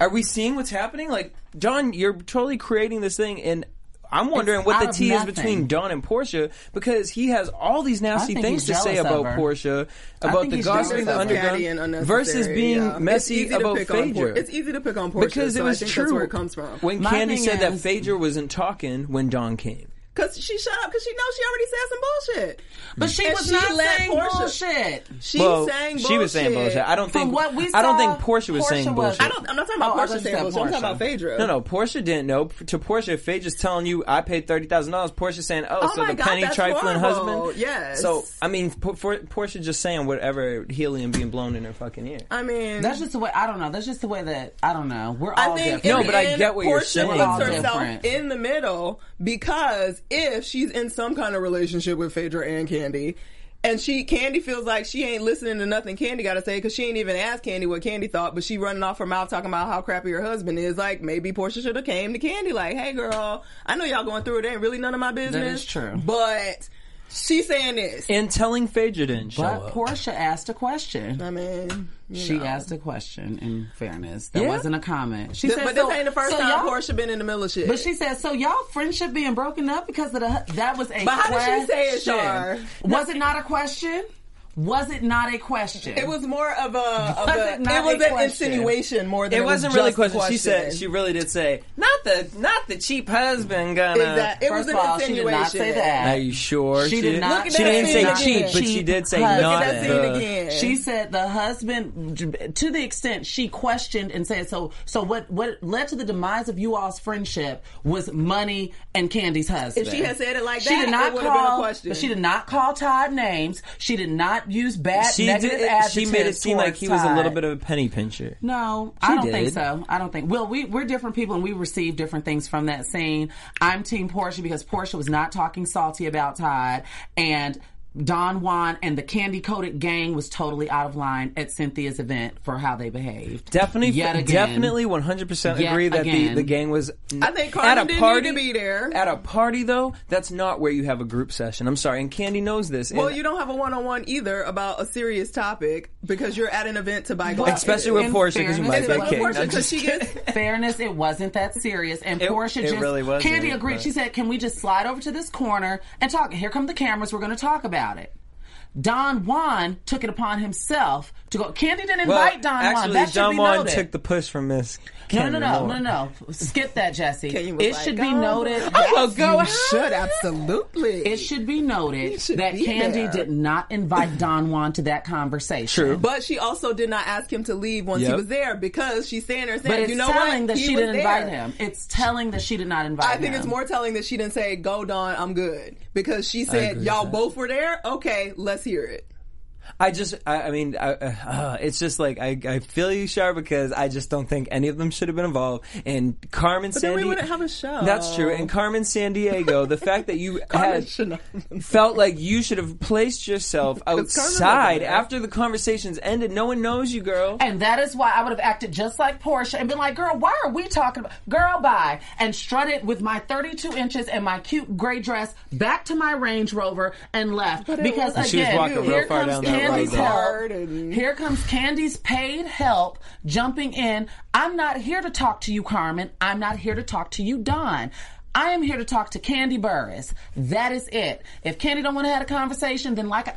[SPEAKER 4] are we seeing what's happening? Like Don, you're totally creating this thing and. I'm wondering
[SPEAKER 3] It's
[SPEAKER 4] what
[SPEAKER 3] out
[SPEAKER 4] the
[SPEAKER 3] of
[SPEAKER 4] tea
[SPEAKER 3] nothing.
[SPEAKER 4] is between Don and Portia because he has all these nasty
[SPEAKER 3] think
[SPEAKER 4] things
[SPEAKER 3] he's
[SPEAKER 4] to say
[SPEAKER 3] jealous of
[SPEAKER 4] about
[SPEAKER 3] her.
[SPEAKER 4] Portia,
[SPEAKER 3] I
[SPEAKER 4] about
[SPEAKER 3] think
[SPEAKER 4] the
[SPEAKER 3] he's jealous
[SPEAKER 4] gossiping,
[SPEAKER 3] of
[SPEAKER 4] the
[SPEAKER 3] her.
[SPEAKER 5] Catty and
[SPEAKER 4] underground,
[SPEAKER 5] unnecessary,
[SPEAKER 4] versus being
[SPEAKER 5] yeah. It's
[SPEAKER 4] messy
[SPEAKER 5] easy to
[SPEAKER 4] about
[SPEAKER 5] pick on Por-
[SPEAKER 4] Phaedra.
[SPEAKER 5] It's easy to pick on Portia
[SPEAKER 4] Because it
[SPEAKER 5] so
[SPEAKER 4] was
[SPEAKER 5] I think
[SPEAKER 4] true.
[SPEAKER 5] That's where it comes from.
[SPEAKER 4] When
[SPEAKER 3] My
[SPEAKER 4] Candy
[SPEAKER 3] thing
[SPEAKER 4] said that
[SPEAKER 3] is-
[SPEAKER 4] Phaedra wasn't talking when Don came.
[SPEAKER 5] Because she shut up because she knows she already said some bullshit.
[SPEAKER 3] but she
[SPEAKER 5] And
[SPEAKER 3] was
[SPEAKER 5] she
[SPEAKER 3] not
[SPEAKER 5] let
[SPEAKER 3] saying
[SPEAKER 5] Portia-
[SPEAKER 3] bullshit.
[SPEAKER 5] She sang bullshit.
[SPEAKER 4] she was saying bullshit. I don't
[SPEAKER 3] From
[SPEAKER 4] think.
[SPEAKER 3] what we
[SPEAKER 4] I don't
[SPEAKER 3] saw,
[SPEAKER 4] think Portia was
[SPEAKER 3] Portia
[SPEAKER 4] saying
[SPEAKER 3] was-
[SPEAKER 4] bullshit.
[SPEAKER 5] I don't, I'm not talking about
[SPEAKER 3] Oh, I thought
[SPEAKER 5] Portia
[SPEAKER 3] you
[SPEAKER 5] saying
[SPEAKER 3] said
[SPEAKER 5] bullshit. I'm talking
[SPEAKER 3] Portia.
[SPEAKER 5] about Phaedra.
[SPEAKER 4] no, no. Portia didn't know. P- To Portia, Phaedra's telling you, I paid thirty thousand dollars. Portia's saying, "Oh,
[SPEAKER 5] Oh
[SPEAKER 4] so
[SPEAKER 5] my
[SPEAKER 4] the
[SPEAKER 5] God,
[SPEAKER 4] penny
[SPEAKER 5] that's
[SPEAKER 4] trifling
[SPEAKER 5] horrible.
[SPEAKER 4] husband."
[SPEAKER 5] Yes.
[SPEAKER 4] So I mean, P- Por- Portia just saying whatever helium being blown in her fucking ear.
[SPEAKER 5] I mean,
[SPEAKER 3] That's just the way. I don't know. That's just the way that I don't know. We're all
[SPEAKER 5] I think
[SPEAKER 3] different.
[SPEAKER 4] No,
[SPEAKER 5] in
[SPEAKER 4] but
[SPEAKER 5] the
[SPEAKER 4] I
[SPEAKER 5] end,
[SPEAKER 4] get what you're
[SPEAKER 5] Portia
[SPEAKER 4] saying.
[SPEAKER 5] puts
[SPEAKER 3] We're all
[SPEAKER 5] herself
[SPEAKER 3] different.
[SPEAKER 5] in the middle because if she's in some kind of relationship with Phaedra and Candy, and she Candy feels like she ain't listening to nothing Candy got to say because she ain't even asked Candy what Candy thought, but she running off her mouth talking about how crappy her husband is. Like maybe Portia should have came to Candy like, "Hey girl, I know y'all going through it. Ain't really none of my business."
[SPEAKER 3] true.
[SPEAKER 5] but she's saying this.
[SPEAKER 4] and telling Phaedra didn't show
[SPEAKER 3] but
[SPEAKER 4] up.
[SPEAKER 3] Portia asked a question.
[SPEAKER 5] I mean, you
[SPEAKER 3] She
[SPEAKER 5] know.
[SPEAKER 3] asked a question. In fairness, that
[SPEAKER 4] Yeah.
[SPEAKER 3] wasn't a comment. She
[SPEAKER 5] Th-
[SPEAKER 3] said,
[SPEAKER 5] but
[SPEAKER 3] so-
[SPEAKER 5] this ain't the first
[SPEAKER 3] so
[SPEAKER 5] time
[SPEAKER 3] y'all-
[SPEAKER 5] Portia been in the middle of shit.
[SPEAKER 3] But she said, "So y'all friendship being broken up because of the hu- that was a
[SPEAKER 5] But how did she say it,
[SPEAKER 3] question.
[SPEAKER 5] Shar?
[SPEAKER 3] Was it not a question? Was it not a question?
[SPEAKER 5] It was more of a. Of
[SPEAKER 3] Was
[SPEAKER 5] a-
[SPEAKER 3] it
[SPEAKER 5] it,
[SPEAKER 3] not
[SPEAKER 5] was
[SPEAKER 3] a
[SPEAKER 5] an
[SPEAKER 3] question?
[SPEAKER 5] insinuation more than
[SPEAKER 4] It
[SPEAKER 5] it,
[SPEAKER 4] wasn't
[SPEAKER 5] was
[SPEAKER 4] really a
[SPEAKER 5] just
[SPEAKER 4] question. She said she really did say, "Not the not the cheap husband gonna."
[SPEAKER 5] Exactly. It
[SPEAKER 3] First
[SPEAKER 5] was an
[SPEAKER 3] of all, she did
[SPEAKER 5] insinuation.
[SPEAKER 3] not say that.
[SPEAKER 4] Are you sure?
[SPEAKER 3] She did
[SPEAKER 4] didn't-
[SPEAKER 3] not- Look at
[SPEAKER 4] She
[SPEAKER 5] that
[SPEAKER 4] didn't say
[SPEAKER 5] scene
[SPEAKER 4] cheap,
[SPEAKER 5] again.
[SPEAKER 4] but she did say
[SPEAKER 3] Look at
[SPEAKER 4] not.
[SPEAKER 5] Look at that scene
[SPEAKER 4] the-
[SPEAKER 5] again.
[SPEAKER 3] She said the husband, to the extent she questioned and said, so, so what, what led to the demise of you all's friendship was money and Candy's husband.
[SPEAKER 5] If she had said it like
[SPEAKER 3] she
[SPEAKER 5] that,
[SPEAKER 3] did not
[SPEAKER 5] it would have been a
[SPEAKER 3] call,
[SPEAKER 5] question.
[SPEAKER 3] She did not call Todd names. She did not use bad
[SPEAKER 4] She did.
[SPEAKER 3] negative
[SPEAKER 4] It,
[SPEAKER 3] adjectives.
[SPEAKER 4] she made it seem like
[SPEAKER 3] towards
[SPEAKER 4] he was a little
[SPEAKER 3] Todd.
[SPEAKER 4] bit of a penny pincher.
[SPEAKER 3] No, I don't think
[SPEAKER 4] did.
[SPEAKER 3] so. I don't think. Well, we we're different people and we receive different things from that scene. I'm Team Portia because Portia was not talking salty about Todd and. Don Juan and the candy coated gang was totally out of line at Cynthia's event for how they behaved.
[SPEAKER 4] Definitely,
[SPEAKER 3] Yet again.
[SPEAKER 4] definitely, one hundred percent
[SPEAKER 3] Yet
[SPEAKER 4] agree that the,
[SPEAKER 3] again.
[SPEAKER 4] the gang was.
[SPEAKER 5] I think Carmen
[SPEAKER 4] at a
[SPEAKER 5] didn't
[SPEAKER 4] party
[SPEAKER 5] need to be there.
[SPEAKER 4] At a party, though, that's not where you have a group session. I'm sorry, and Candy knows this.
[SPEAKER 5] Well,
[SPEAKER 4] and
[SPEAKER 5] you don't have a one-on-one either about a serious topic because you're at an event to buy glasses,
[SPEAKER 4] especially with
[SPEAKER 3] In
[SPEAKER 4] Portia because you might
[SPEAKER 3] fairness,
[SPEAKER 4] get
[SPEAKER 3] it was
[SPEAKER 4] kicked.
[SPEAKER 3] Portia
[SPEAKER 4] I'm just
[SPEAKER 5] because she
[SPEAKER 4] kidding.
[SPEAKER 5] gets [LAUGHS]
[SPEAKER 3] fairness, it wasn't that serious. And
[SPEAKER 4] It-
[SPEAKER 3] Portia
[SPEAKER 4] it
[SPEAKER 3] just
[SPEAKER 4] really wasn't,
[SPEAKER 3] Candy agreed.
[SPEAKER 4] but-
[SPEAKER 3] She said, "Can we just slide over to this corner and talk? Here come the cameras. We're going to talk about it." Don Juan took it upon himself to go. Candy didn't
[SPEAKER 4] Well,
[SPEAKER 3] invite Don Juan.
[SPEAKER 4] actually,
[SPEAKER 3] That should
[SPEAKER 4] Don
[SPEAKER 3] be
[SPEAKER 4] Juan
[SPEAKER 3] noted.
[SPEAKER 4] took the push from Miss.
[SPEAKER 3] No, no,
[SPEAKER 4] Candy
[SPEAKER 3] no,
[SPEAKER 4] Moore.
[SPEAKER 3] no, no, no. Skip that, Jesse.
[SPEAKER 5] Kenya
[SPEAKER 3] It
[SPEAKER 5] was like, "Oh,
[SPEAKER 3] should be
[SPEAKER 5] "Go
[SPEAKER 3] noted.
[SPEAKER 5] on."
[SPEAKER 4] Well, go
[SPEAKER 5] You should absolutely.
[SPEAKER 3] [LAUGHS] It should be noted
[SPEAKER 5] should
[SPEAKER 3] that
[SPEAKER 5] be
[SPEAKER 3] Candy
[SPEAKER 5] there.
[SPEAKER 3] did not invite Don Juan to that conversation.
[SPEAKER 4] True.
[SPEAKER 5] But she also did not ask him to leave once
[SPEAKER 4] Yep.
[SPEAKER 5] he was there because she's saying or saying,
[SPEAKER 3] But it's
[SPEAKER 5] you know
[SPEAKER 3] telling
[SPEAKER 5] what?
[SPEAKER 3] that
[SPEAKER 5] He
[SPEAKER 3] she
[SPEAKER 5] was
[SPEAKER 3] didn't
[SPEAKER 5] there.
[SPEAKER 3] invite him. It's telling that she did not invite
[SPEAKER 5] I
[SPEAKER 3] him.
[SPEAKER 5] think it's more telling that she didn't say, "Go, Don, I'm good," because she said,
[SPEAKER 4] agree
[SPEAKER 5] "Y'all
[SPEAKER 4] with that.
[SPEAKER 5] both were there." Okay, let's hear it.
[SPEAKER 4] I just, I, I mean, I, uh, uh, it's just like I, I feel you, Shar, because I just don't think any of them should have been involved. And Carmen,
[SPEAKER 5] then we
[SPEAKER 4] Sandiego-
[SPEAKER 5] wouldn't have a show.
[SPEAKER 4] That's true. And Carmen San Diego,
[SPEAKER 5] [LAUGHS]
[SPEAKER 4] the fact that you had
[SPEAKER 5] Shouldn't
[SPEAKER 4] felt like you should have placed
[SPEAKER 5] [LAUGHS]
[SPEAKER 4] yourself
[SPEAKER 5] Carmen's not
[SPEAKER 4] outside
[SPEAKER 5] there.
[SPEAKER 4] after the conversations ended. No one knows you, girl.
[SPEAKER 3] And that is why I would have acted just like Portia and been like, girl, why are we talking about girl bye and strutted with my 32 inches and my cute gray dress back to my Range Rover and left. because
[SPEAKER 5] was
[SPEAKER 4] she was
[SPEAKER 3] again,
[SPEAKER 4] walking real
[SPEAKER 3] here
[SPEAKER 4] far
[SPEAKER 3] comes
[SPEAKER 4] down that
[SPEAKER 3] Candy's
[SPEAKER 4] road, though.
[SPEAKER 3] help.
[SPEAKER 5] Hard and-
[SPEAKER 3] Here comes Candy's paid help jumping in. I'm not here to talk to you, Carmen. I'm not here to talk to you, Don. I am here to talk to Candy Burris. That is it. If Candy don't want to have a conversation, then like I,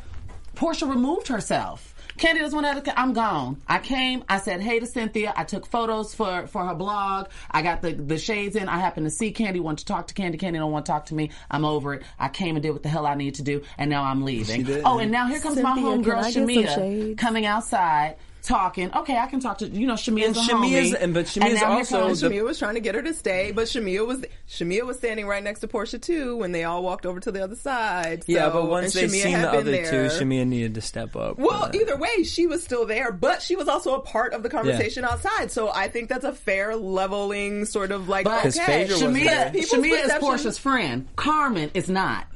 [SPEAKER 3] Portia removed herself. Candy doesn't want to. I'm gone. I came. I said hey to Cynthia. I took photos for for her blog. I got the the shades in. I happened to see Candy. Want to talk to Candy? Candy don't want to talk to me. I'm over it. I came and did what the hell I need to do, and now I'm leaving. Oh, and now here comes my
[SPEAKER 6] Cynthia, can
[SPEAKER 3] homegirl
[SPEAKER 6] I get some
[SPEAKER 3] Shamia
[SPEAKER 6] shades?
[SPEAKER 3] coming outside talking. Okay, I can talk to you know Shamia's
[SPEAKER 4] And
[SPEAKER 3] a
[SPEAKER 4] Shamia's-
[SPEAKER 3] homie.
[SPEAKER 4] and- but Shamia's
[SPEAKER 3] now here
[SPEAKER 4] also
[SPEAKER 3] comes-
[SPEAKER 4] the-
[SPEAKER 5] Shamia was trying to get her to stay, but Shamia was Shamia was standing right next to Portia too when they all walked over to the other side. So,
[SPEAKER 4] yeah, but once
[SPEAKER 5] and
[SPEAKER 4] they
[SPEAKER 5] Shamia
[SPEAKER 4] seen
[SPEAKER 5] had
[SPEAKER 4] the
[SPEAKER 5] been
[SPEAKER 4] other
[SPEAKER 5] there.
[SPEAKER 4] two, Shamia needed to step up.
[SPEAKER 5] Well,
[SPEAKER 4] Uh,
[SPEAKER 5] either way, she was still there, but she was also a part of the conversation outside. So I think that's a fair leveling sort of like
[SPEAKER 3] But-
[SPEAKER 4] 'Cause
[SPEAKER 5] okay.
[SPEAKER 4] Phaedra wasn't
[SPEAKER 3] Shamia,
[SPEAKER 5] people's
[SPEAKER 3] Shamia is
[SPEAKER 5] perception-
[SPEAKER 3] Portia's friend. Carmen is not.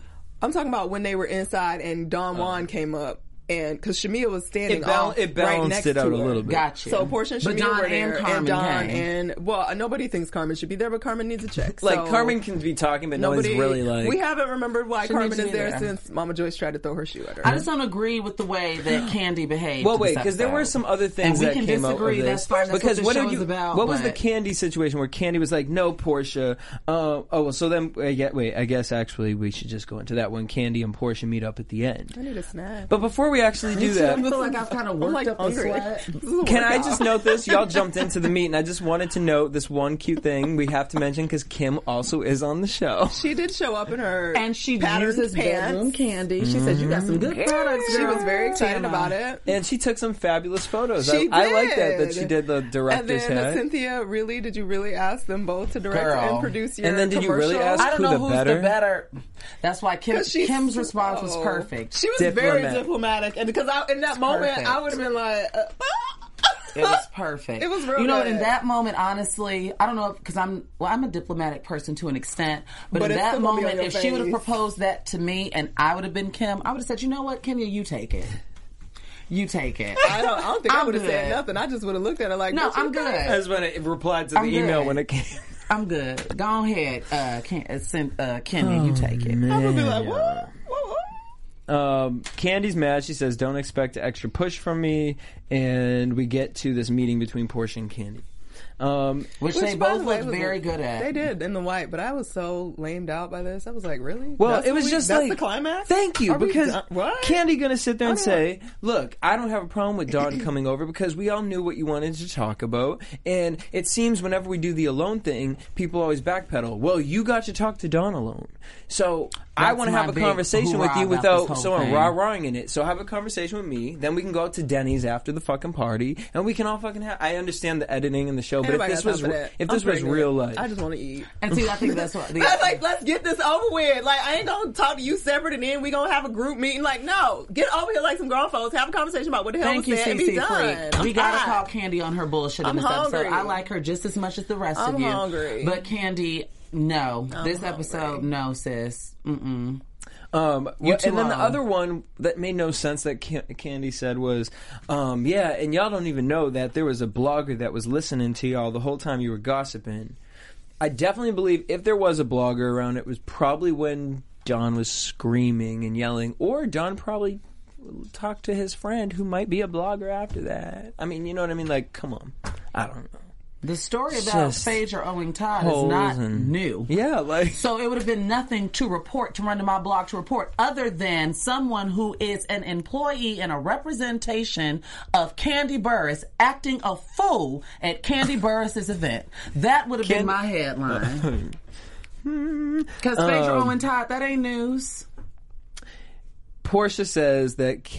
[SPEAKER 5] I'm talking about when they were inside and Don Juan came up and because Shamia was standing
[SPEAKER 4] Uh-huh. It bal-
[SPEAKER 5] off
[SPEAKER 4] it
[SPEAKER 5] right
[SPEAKER 4] balanced
[SPEAKER 5] next
[SPEAKER 4] it out
[SPEAKER 5] to
[SPEAKER 4] a
[SPEAKER 5] her.
[SPEAKER 4] little bit.
[SPEAKER 3] Gotcha.
[SPEAKER 5] So Portia and
[SPEAKER 3] But
[SPEAKER 5] Shamia
[SPEAKER 3] Don
[SPEAKER 5] were
[SPEAKER 3] and
[SPEAKER 5] there, and,
[SPEAKER 3] Carmen
[SPEAKER 5] Don
[SPEAKER 3] came.
[SPEAKER 5] and well, nobody thinks Carmen should be there, but Carmen needs a check.
[SPEAKER 4] like
[SPEAKER 5] So
[SPEAKER 4] Carmen can be talking, but
[SPEAKER 5] nobody
[SPEAKER 4] no one's really like.
[SPEAKER 5] we haven't remembered why
[SPEAKER 3] She needs
[SPEAKER 5] Carmen
[SPEAKER 3] to
[SPEAKER 5] is
[SPEAKER 3] be
[SPEAKER 5] there,
[SPEAKER 3] there.
[SPEAKER 5] since Mama Joyce tried to throw her shoe at her.
[SPEAKER 3] I just don't agree with the way
[SPEAKER 4] [GASPS]
[SPEAKER 3] that Candy behaved.
[SPEAKER 4] Well,
[SPEAKER 3] this
[SPEAKER 4] wait, because there were
[SPEAKER 3] episode.
[SPEAKER 4] some other
[SPEAKER 3] and
[SPEAKER 4] things
[SPEAKER 3] we
[SPEAKER 4] that
[SPEAKER 3] can
[SPEAKER 4] came
[SPEAKER 3] disagree.
[SPEAKER 4] out of
[SPEAKER 3] That's
[SPEAKER 4] this.
[SPEAKER 3] fine. That's
[SPEAKER 4] because
[SPEAKER 3] what, the
[SPEAKER 4] did
[SPEAKER 3] show
[SPEAKER 4] you?
[SPEAKER 3] is about.
[SPEAKER 4] what was the
[SPEAKER 3] but-
[SPEAKER 4] candy situation where Candy was like, "No, Portia." Uh, oh, well, so then I get. Wait, I guess actually we should just go into that when Candy and Portia meet up at the end.
[SPEAKER 5] I need a snack.
[SPEAKER 4] But before we actually do that,
[SPEAKER 3] I feel like I've kind of worked
[SPEAKER 5] like
[SPEAKER 3] up the
[SPEAKER 5] hungry.
[SPEAKER 4] [LAUGHS]
[SPEAKER 5] [LAUGHS]
[SPEAKER 3] sweat.
[SPEAKER 4] Can I just note
[SPEAKER 3] [LAUGHS]
[SPEAKER 4] this? Y'all jumped into the meet, and I just wanted to note this one cute thing we have to mention because Kim also is on the show.
[SPEAKER 5] She did show up in her
[SPEAKER 3] And she
[SPEAKER 5] patterned
[SPEAKER 3] uses
[SPEAKER 5] pants.
[SPEAKER 3] bedroom candy. She said, "You got some good products."
[SPEAKER 5] She was
[SPEAKER 3] girl."
[SPEAKER 5] very excited
[SPEAKER 3] TMI.
[SPEAKER 5] about it.
[SPEAKER 4] And she took some fabulous photos.
[SPEAKER 5] She
[SPEAKER 4] I, I like that
[SPEAKER 5] did.
[SPEAKER 4] that she did the
[SPEAKER 5] And
[SPEAKER 4] director's
[SPEAKER 5] then uh,
[SPEAKER 4] hat.
[SPEAKER 5] Cynthia, really? Did you really ask them both to direct
[SPEAKER 3] Girl.
[SPEAKER 5] and produce your?
[SPEAKER 4] And then did you really
[SPEAKER 5] commercial?
[SPEAKER 4] ask-
[SPEAKER 3] I don't
[SPEAKER 4] Who
[SPEAKER 3] know
[SPEAKER 4] the
[SPEAKER 3] who's
[SPEAKER 4] better?
[SPEAKER 3] the better. That's why Kim, [LAUGHS]
[SPEAKER 5] 'Cause she's
[SPEAKER 3] Kim's
[SPEAKER 5] so-
[SPEAKER 3] response was perfect.
[SPEAKER 5] She was very
[SPEAKER 4] Diplomat.
[SPEAKER 5] diplomatic, and because I, in that moment,
[SPEAKER 3] perfect.
[SPEAKER 5] I would have been like, uh, [LAUGHS]
[SPEAKER 3] It was perfect.
[SPEAKER 5] It was real
[SPEAKER 3] You know,
[SPEAKER 5] good.
[SPEAKER 3] in that moment, honestly, I don't know because I'm well, I'm a diplomatic person to an extent, but, in
[SPEAKER 5] But it's
[SPEAKER 3] that
[SPEAKER 5] still gonna be
[SPEAKER 3] moment,
[SPEAKER 5] on your
[SPEAKER 3] if she would have
[SPEAKER 5] face.
[SPEAKER 3] proposed that to me and I would have been Kim, I would have said, "You know what, Kenya, you take it. You take it."
[SPEAKER 5] I don't, I don't think i
[SPEAKER 3] I'm
[SPEAKER 5] would have said
[SPEAKER 3] good.
[SPEAKER 5] nothing. I just would have looked at her like,
[SPEAKER 3] no,
[SPEAKER 5] "Bitch, you
[SPEAKER 3] I'm
[SPEAKER 5] got
[SPEAKER 3] good.
[SPEAKER 4] That's when it replied to the
[SPEAKER 3] I'm good.
[SPEAKER 4] email when it came.
[SPEAKER 3] I'm good. Go ahead, uh, Ken, uh, send, uh, Kenya, you take it.
[SPEAKER 5] it." I would be like, what? What? what?
[SPEAKER 4] Um, Candy's mad. She says, "Don't expect an extra push from me." And we get to this meeting between Portia and Candy. Um,
[SPEAKER 3] Which,
[SPEAKER 5] Which,
[SPEAKER 3] they
[SPEAKER 5] by
[SPEAKER 3] both
[SPEAKER 5] the way,
[SPEAKER 3] looked
[SPEAKER 5] was
[SPEAKER 3] very
[SPEAKER 5] like-
[SPEAKER 3] good at.
[SPEAKER 5] They did in the white, but I was so lamed out by this. I was like, really?
[SPEAKER 4] Well,
[SPEAKER 5] That's
[SPEAKER 4] it
[SPEAKER 5] what
[SPEAKER 4] was
[SPEAKER 5] we-
[SPEAKER 4] just
[SPEAKER 5] that's
[SPEAKER 4] like
[SPEAKER 5] the climax.
[SPEAKER 4] Thank you,
[SPEAKER 5] Are we
[SPEAKER 4] because
[SPEAKER 5] done- what?
[SPEAKER 4] Candy gonna sit there and
[SPEAKER 5] don't
[SPEAKER 4] say, "Look, I don't have a problem with
[SPEAKER 5] [CLEARS THROAT]
[SPEAKER 4] Dawn coming over because we all knew what you wanted to talk about." And it seems whenever we do the alone thing, people always backpedal. Well, you got to talk to Dawn alone, so I
[SPEAKER 3] That's
[SPEAKER 4] want to
[SPEAKER 3] my
[SPEAKER 4] have a
[SPEAKER 3] big
[SPEAKER 4] conversation with
[SPEAKER 3] hoorah
[SPEAKER 4] you
[SPEAKER 3] about this
[SPEAKER 4] without
[SPEAKER 3] whole
[SPEAKER 4] someone
[SPEAKER 3] thing.
[SPEAKER 4] rah rahing in it. So have a conversation with me, then we can go out to Denny's after the fucking party, and we can all fucking have. I understand the editing and the show, but if
[SPEAKER 5] Anybody
[SPEAKER 4] this
[SPEAKER 5] got
[SPEAKER 4] was
[SPEAKER 5] time for
[SPEAKER 4] re-
[SPEAKER 5] that?
[SPEAKER 4] if
[SPEAKER 5] I'm
[SPEAKER 4] this was
[SPEAKER 5] pregnant.
[SPEAKER 4] real life,
[SPEAKER 5] I just want to eat.
[SPEAKER 3] and see, I think that's
[SPEAKER 5] [LAUGHS]
[SPEAKER 3] what. The,
[SPEAKER 5] I was like, let's get this over with. Like, I ain't gonna talk to you separate, and then we gonna have a group meeting. Like, no, get over here like some grown folks. Have a conversation about what the hell
[SPEAKER 3] Thank you,
[SPEAKER 5] was said and be done.
[SPEAKER 3] CC Freak.
[SPEAKER 5] I'm
[SPEAKER 3] We gotta
[SPEAKER 5] tired.
[SPEAKER 3] call Candy on her bullshit
[SPEAKER 5] I'm
[SPEAKER 3] in this episode.
[SPEAKER 5] hungry.
[SPEAKER 3] I like her just as much as the rest
[SPEAKER 5] I'm
[SPEAKER 3] of you.
[SPEAKER 5] hungry.
[SPEAKER 3] But Candy, no. this episode, no, sis. Mm-mm.
[SPEAKER 4] Um, wha-
[SPEAKER 3] too
[SPEAKER 4] and then the
[SPEAKER 3] old.
[SPEAKER 4] other one that made no sense that Can- Candy said was, um, yeah, and y'all don't even know that there was a blogger that was listening to y'all the whole time you were gossiping. I definitely believe if there was a blogger around, it was probably when Don was screaming and yelling, or Don probably talked to his friend who might be a blogger after that. I mean, you know what I mean? Like, come on. I don't know.
[SPEAKER 3] The story about
[SPEAKER 4] Just
[SPEAKER 3] Phaedra owing Todd is
[SPEAKER 4] holes
[SPEAKER 3] not
[SPEAKER 4] and-
[SPEAKER 3] new.
[SPEAKER 4] Yeah, like.
[SPEAKER 3] So it would have been nothing to report, to run to my blog to report, other than someone who is an employee and a representation of Candy Burris acting a fool at Candy Burris's event. That would have been my headline. [LAUGHS] Because Phaedra Owen Todd, that ain't news. [LAUGHS]
[SPEAKER 4] Portia says that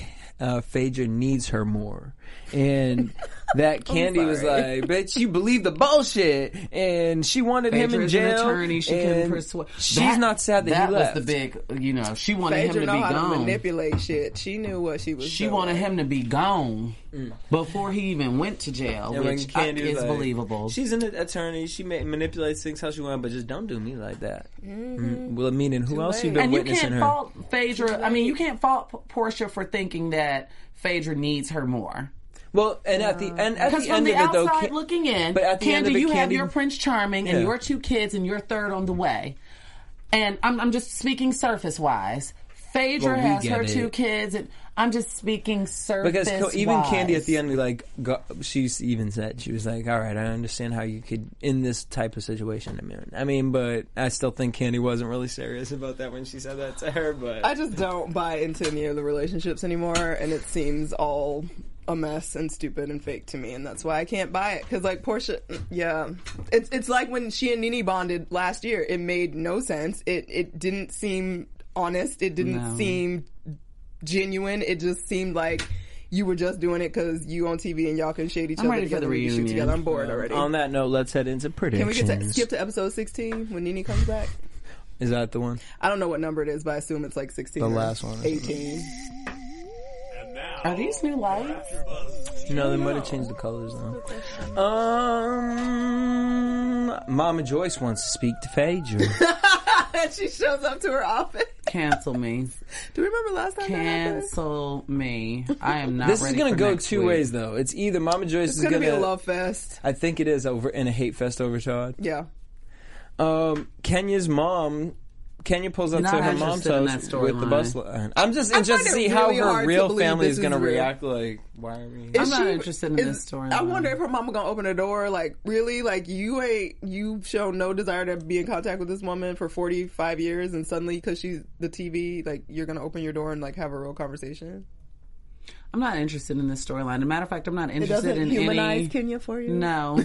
[SPEAKER 4] uh, Phaedra needs her more, and that Candy was
[SPEAKER 5] sorry.
[SPEAKER 4] like, "Bitch, you believe the bullshit," and she wanted him in
[SPEAKER 3] Phaedra's
[SPEAKER 4] jail.
[SPEAKER 3] An attorney, she couldn't
[SPEAKER 4] and
[SPEAKER 3] persuade.
[SPEAKER 4] She's not sad that, he left.
[SPEAKER 3] was the big, you know, she wanted
[SPEAKER 5] Phaedra
[SPEAKER 3] him to
[SPEAKER 5] know
[SPEAKER 3] be
[SPEAKER 5] how to
[SPEAKER 3] gone.
[SPEAKER 5] manipulate shit. She knew what she was.
[SPEAKER 3] she
[SPEAKER 5] doing.
[SPEAKER 3] wanted him to be gone before he even went to jail,
[SPEAKER 4] And when
[SPEAKER 3] which I-
[SPEAKER 4] Candy
[SPEAKER 3] is
[SPEAKER 4] was like,
[SPEAKER 3] believable.
[SPEAKER 4] She's an attorney. She ma- manipulates things how she wants, but just don't do me like that.
[SPEAKER 3] Mm-hmm.
[SPEAKER 4] Mm, Well, meaning who else you
[SPEAKER 5] late.
[SPEAKER 4] been
[SPEAKER 3] and you
[SPEAKER 4] witnessing
[SPEAKER 3] can't
[SPEAKER 4] her?
[SPEAKER 3] fault Phaedra. I mean, you can't fault P- Portia for thinking that Phaedra needs her more.
[SPEAKER 4] Well, and at the and at
[SPEAKER 3] Because
[SPEAKER 4] the
[SPEAKER 3] from
[SPEAKER 4] end
[SPEAKER 3] the
[SPEAKER 4] of it though,
[SPEAKER 3] outside
[SPEAKER 4] Ca-
[SPEAKER 3] looking in,
[SPEAKER 4] But at the end
[SPEAKER 3] Candy,
[SPEAKER 4] of it,
[SPEAKER 3] you have
[SPEAKER 4] Candy-
[SPEAKER 3] your Prince Charming and
[SPEAKER 4] Yeah.
[SPEAKER 3] your two kids and your third on the way. And I'm, I'm just speaking surface wise. Phaedra
[SPEAKER 4] Well, we
[SPEAKER 3] has
[SPEAKER 4] get
[SPEAKER 3] her
[SPEAKER 4] it.
[SPEAKER 3] two kids, and I'm just speaking surface.
[SPEAKER 4] because co- even
[SPEAKER 3] wise.
[SPEAKER 4] Candy at the end, like got, she's even said she was like, "All right, I understand how you could in this type of situation." I mean, I mean, but I still think Candy wasn't really serious about that when she said that to her. But
[SPEAKER 5] I just don't buy into any of the relationships anymore, and it seems all a mess and stupid and fake to me, and that's why I can't buy it. Because like Portia, yeah, it's it's like when she and Nene bonded last year. It made no sense. It it didn't seem honest. It didn't
[SPEAKER 3] No.
[SPEAKER 5] seem genuine. It just seemed like. You were just doing it because you on TV and y'all can shade each
[SPEAKER 3] I'm
[SPEAKER 5] other
[SPEAKER 3] ready for
[SPEAKER 5] together.
[SPEAKER 3] the
[SPEAKER 5] we can shoot
[SPEAKER 3] reunion.
[SPEAKER 5] together. I'm bored already.
[SPEAKER 4] on that note, let's head into
[SPEAKER 5] can we
[SPEAKER 4] predictions.
[SPEAKER 5] get to skip to episode 16 when Nene comes back?
[SPEAKER 4] Is that the one?
[SPEAKER 5] I don't know what number it is, but I assume it's like 16.
[SPEAKER 4] The
[SPEAKER 5] or
[SPEAKER 4] last one or something.
[SPEAKER 5] 18.
[SPEAKER 3] Are these new lights?
[SPEAKER 4] No, they might have changed the colors though. Um, Mama Joyce wants to speak to
[SPEAKER 5] [LAUGHS]
[SPEAKER 4] Phaedra.
[SPEAKER 5] and [LAUGHS] she shows up to her office. [LAUGHS]
[SPEAKER 3] Cancel me.
[SPEAKER 5] Do you remember last time that happened?
[SPEAKER 3] Cancel me. I am not.
[SPEAKER 4] this is
[SPEAKER 3] ready
[SPEAKER 4] gonna
[SPEAKER 3] for
[SPEAKER 4] go
[SPEAKER 3] next
[SPEAKER 4] two
[SPEAKER 3] week.
[SPEAKER 4] ways though. It's either Mama Joyce
[SPEAKER 5] It's
[SPEAKER 4] is
[SPEAKER 5] gonna be a love fest.
[SPEAKER 4] I think it is over in a hate fest over Todd.
[SPEAKER 5] Yeah.
[SPEAKER 4] Um, Kenya's mom. Kenya pulls up
[SPEAKER 3] Not
[SPEAKER 4] to her mom's
[SPEAKER 3] interested in
[SPEAKER 4] house
[SPEAKER 3] that
[SPEAKER 4] with the
[SPEAKER 3] storyline.
[SPEAKER 4] bus line. I'm just interested to
[SPEAKER 5] find it
[SPEAKER 4] see how
[SPEAKER 5] really hard
[SPEAKER 4] her
[SPEAKER 5] to
[SPEAKER 4] real
[SPEAKER 5] believe
[SPEAKER 4] family is
[SPEAKER 5] this
[SPEAKER 4] going to
[SPEAKER 5] is real.
[SPEAKER 4] react. Like, why are we?
[SPEAKER 5] Is
[SPEAKER 3] not interested in this story,
[SPEAKER 5] I
[SPEAKER 3] no.
[SPEAKER 5] wonder if her mama gonna open the door. Like, really? Like, you ain't you show no desire to be in contact with this woman for forty five years, and suddenly because she's the TV, like you're gonna open your door and like have a real conversation.
[SPEAKER 3] I'm not interested in this storyline. As a matter of fact, I'm not interested in any.
[SPEAKER 5] Kenya for you. [LAUGHS]
[SPEAKER 3] No.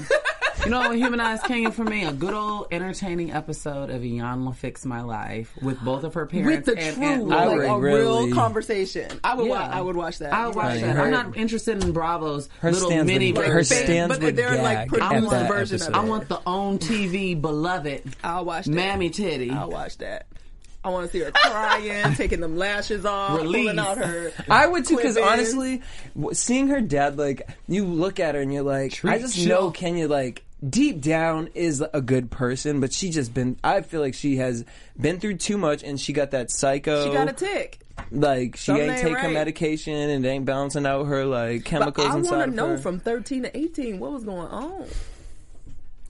[SPEAKER 3] you know what humanized Kenya for me? A good old entertaining episode of Iyanla Fix My Life with both of her
[SPEAKER 5] With
[SPEAKER 3] parents
[SPEAKER 5] the
[SPEAKER 3] and
[SPEAKER 5] truth,
[SPEAKER 3] Aunt
[SPEAKER 4] I
[SPEAKER 5] like
[SPEAKER 3] Lori.
[SPEAKER 4] would
[SPEAKER 5] a
[SPEAKER 4] really-
[SPEAKER 5] real conversation. I would. Wa-
[SPEAKER 3] Yeah.
[SPEAKER 5] I would watch that.
[SPEAKER 3] I would watch
[SPEAKER 4] Right.
[SPEAKER 3] that.
[SPEAKER 4] Her-
[SPEAKER 3] I'm not interested in Bravo's
[SPEAKER 4] Her
[SPEAKER 3] little
[SPEAKER 4] stands
[SPEAKER 3] mini
[SPEAKER 4] would,
[SPEAKER 3] version.
[SPEAKER 4] her
[SPEAKER 5] stand-
[SPEAKER 4] stands
[SPEAKER 5] but
[SPEAKER 4] would
[SPEAKER 5] they're,
[SPEAKER 4] gag
[SPEAKER 5] like, pretty
[SPEAKER 4] at
[SPEAKER 5] much
[SPEAKER 4] that
[SPEAKER 5] version of
[SPEAKER 4] episode.
[SPEAKER 5] it.
[SPEAKER 3] I want the own TV beloved
[SPEAKER 5] I'll watch that.
[SPEAKER 3] Mammy Titty.
[SPEAKER 5] I'll watch that. I want to see her
[SPEAKER 3] [LAUGHS]
[SPEAKER 5] crying, taking them lashes off,
[SPEAKER 3] Release.
[SPEAKER 5] pulling
[SPEAKER 3] [LAUGHS]
[SPEAKER 5] out her.
[SPEAKER 4] I would too, because
[SPEAKER 5] Quibbins.
[SPEAKER 4] honestly, w- seeing her dad, like you look at her and you're like, I just
[SPEAKER 3] chill.
[SPEAKER 4] know Kenya, like deep down, is a good person, but she just been. I feel like she has been through too much, and she got that psycho.
[SPEAKER 5] She got a tick.
[SPEAKER 4] Like she
[SPEAKER 5] Something
[SPEAKER 4] ain't
[SPEAKER 5] ain't
[SPEAKER 4] taking her
[SPEAKER 5] right.
[SPEAKER 4] medication and ain't balancing out her like
[SPEAKER 5] But
[SPEAKER 4] chemicals
[SPEAKER 5] I
[SPEAKER 4] inside
[SPEAKER 5] want
[SPEAKER 4] of
[SPEAKER 5] to know
[SPEAKER 4] her.
[SPEAKER 5] from 13 to 18 what was going on.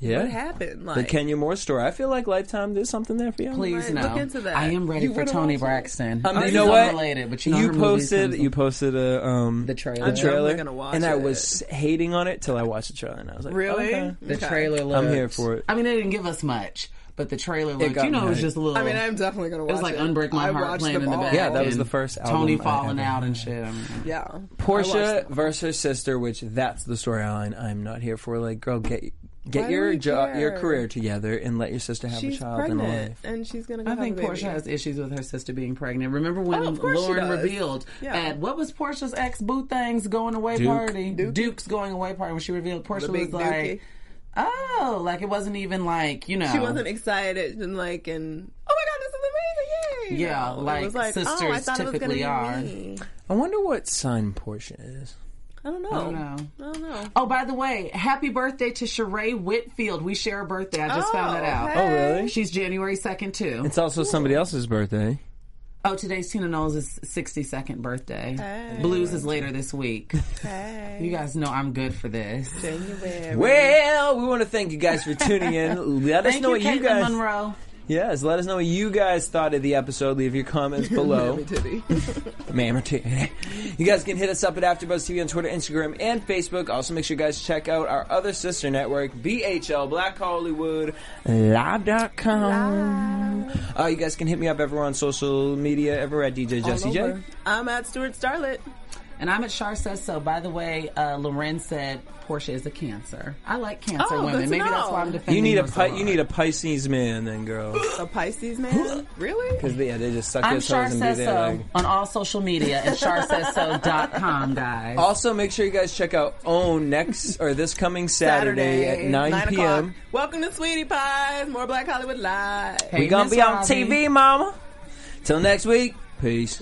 [SPEAKER 4] yeah.
[SPEAKER 5] What happened?
[SPEAKER 4] The
[SPEAKER 5] Like,
[SPEAKER 4] Kenya Moore story. I feel like Lifetime. There's something there for you.
[SPEAKER 3] Please
[SPEAKER 5] Right,
[SPEAKER 3] no.
[SPEAKER 5] look into that.
[SPEAKER 3] I am ready
[SPEAKER 5] You
[SPEAKER 3] for
[SPEAKER 5] wanna
[SPEAKER 3] Tony
[SPEAKER 5] watch it?
[SPEAKER 3] Braxton.
[SPEAKER 4] Um,
[SPEAKER 3] This
[SPEAKER 4] you know
[SPEAKER 3] is
[SPEAKER 4] what?
[SPEAKER 3] Unrelated, but you, know her movies
[SPEAKER 4] posted
[SPEAKER 3] comes-
[SPEAKER 4] you posted a um
[SPEAKER 3] The trailer.
[SPEAKER 4] the
[SPEAKER 3] I'm
[SPEAKER 4] trailer,
[SPEAKER 5] gonna watch
[SPEAKER 4] and I
[SPEAKER 5] it.
[SPEAKER 4] was hating on it till I watched the trailer, and I was like,
[SPEAKER 5] really?
[SPEAKER 4] okay.
[SPEAKER 3] the
[SPEAKER 5] Okay.
[SPEAKER 3] trailer. Looked,
[SPEAKER 4] I'm here for it.
[SPEAKER 3] I mean, they didn't give us much, but the trailer looked.
[SPEAKER 4] got
[SPEAKER 3] You know, it was
[SPEAKER 4] me.
[SPEAKER 3] just a little.
[SPEAKER 5] I mean, I'm definitely going to
[SPEAKER 3] It
[SPEAKER 5] watch
[SPEAKER 3] was
[SPEAKER 5] it.
[SPEAKER 3] like Unbreak My
[SPEAKER 5] I
[SPEAKER 3] Heart
[SPEAKER 5] watched
[SPEAKER 3] playing
[SPEAKER 5] them
[SPEAKER 3] in the
[SPEAKER 5] all.
[SPEAKER 3] back.
[SPEAKER 4] Yeah, that was
[SPEAKER 3] and
[SPEAKER 4] the first
[SPEAKER 3] Tony
[SPEAKER 4] album I
[SPEAKER 3] falling
[SPEAKER 4] ever
[SPEAKER 3] out and shit. I mean,
[SPEAKER 5] Yeah. I
[SPEAKER 4] Portia
[SPEAKER 5] watched them.
[SPEAKER 4] versus her sister, which that's the storyline I'm not here for. Like, girl, get get
[SPEAKER 5] Why do
[SPEAKER 4] your
[SPEAKER 5] we
[SPEAKER 4] jo- your
[SPEAKER 5] care?
[SPEAKER 4] career together and let your sister have
[SPEAKER 5] She's
[SPEAKER 4] a child and a
[SPEAKER 5] pregnant,
[SPEAKER 4] life.
[SPEAKER 5] and she's going to go
[SPEAKER 3] I
[SPEAKER 5] have
[SPEAKER 3] think
[SPEAKER 5] a baby.
[SPEAKER 3] Portia has issues with her sister being pregnant. Remember when
[SPEAKER 5] Oh, of course she
[SPEAKER 3] Lauren
[SPEAKER 5] does.
[SPEAKER 3] revealed
[SPEAKER 5] Yeah.
[SPEAKER 3] at what was Portia's ex Boo Thang's going away
[SPEAKER 4] Duke.
[SPEAKER 3] party? Duke's going away party when she revealed Portia
[SPEAKER 5] The
[SPEAKER 3] was
[SPEAKER 5] big
[SPEAKER 3] like,
[SPEAKER 5] dookie.
[SPEAKER 3] oh, like it wasn't even like you know
[SPEAKER 5] She wasn't excited and like, and oh my god, this is amazing! Yay!
[SPEAKER 3] Yeah,
[SPEAKER 5] No, it
[SPEAKER 3] like
[SPEAKER 5] was oh, I
[SPEAKER 3] sisters
[SPEAKER 5] thought it was gonna
[SPEAKER 3] typically
[SPEAKER 5] be
[SPEAKER 3] are.
[SPEAKER 5] me.
[SPEAKER 4] I wonder what sign Portia is.
[SPEAKER 5] I don't know.
[SPEAKER 3] I don't know.
[SPEAKER 5] I don't know.
[SPEAKER 3] Oh, by the way, happy birthday to Sheree Whitfield. We share a birthday. I just
[SPEAKER 5] Oh,
[SPEAKER 3] found that out.
[SPEAKER 5] hey.
[SPEAKER 4] Oh, really?
[SPEAKER 3] She's January 2nd, too.
[SPEAKER 4] It's also somebody else's birthday.
[SPEAKER 3] oh, today's Tina Knowles' 62nd birthday. Blues is later this week. You guys know I'm good for this.
[SPEAKER 4] Well, we want to thank you guys for
[SPEAKER 3] [LAUGHS]
[SPEAKER 4] tuning in. Let us
[SPEAKER 3] Thank you,
[SPEAKER 4] know what
[SPEAKER 3] Caitlin
[SPEAKER 4] you guys.
[SPEAKER 3] Monroe.
[SPEAKER 4] Yes, let us know what you guys thought of the episode. Leave your
[SPEAKER 3] [LAUGHS]
[SPEAKER 4] comments below.
[SPEAKER 5] Titty.
[SPEAKER 4] Ma'am or two. [LAUGHS] You guys can hit us up at AfterBuzz TV on Twitter, Instagram, and Facebook. Also, make sure you guys check out our other sister network, BHL Black Hollywood Live.com. Uh, you guys can hit me up everywhere on social media, everywhere at DJ Jesse J.
[SPEAKER 5] I'm at Stuart Starlet.
[SPEAKER 3] And I'm at Char Says So. By the way, uh, Loren said Portia is a cancer. I like cancer
[SPEAKER 5] Oh, good
[SPEAKER 3] women.
[SPEAKER 5] to
[SPEAKER 3] Maybe
[SPEAKER 5] know.
[SPEAKER 3] that's why I'm
[SPEAKER 5] You
[SPEAKER 3] defending
[SPEAKER 4] You need a
[SPEAKER 3] her so
[SPEAKER 4] pi- you
[SPEAKER 3] hard.
[SPEAKER 4] need a Pisces man then, girl.
[SPEAKER 5] A Pisces man? really?
[SPEAKER 4] Because yeah, they just suck
[SPEAKER 3] I'm
[SPEAKER 4] their
[SPEAKER 3] Char
[SPEAKER 4] toes and be
[SPEAKER 3] Says
[SPEAKER 4] there.
[SPEAKER 3] So
[SPEAKER 4] Like.
[SPEAKER 3] on all social media and charsaysso.com, guys.
[SPEAKER 4] Also, make sure you guys check out OWN next or this coming Saturday, at 9,
[SPEAKER 5] o'clock.
[SPEAKER 4] p.m.
[SPEAKER 5] Welcome to Sweetie Pies, more Black Hollywood Live.
[SPEAKER 3] Hey,
[SPEAKER 4] We're gonna
[SPEAKER 3] Miss
[SPEAKER 4] be on
[SPEAKER 3] Robbie.
[SPEAKER 4] TV, mama. Till next week, peace.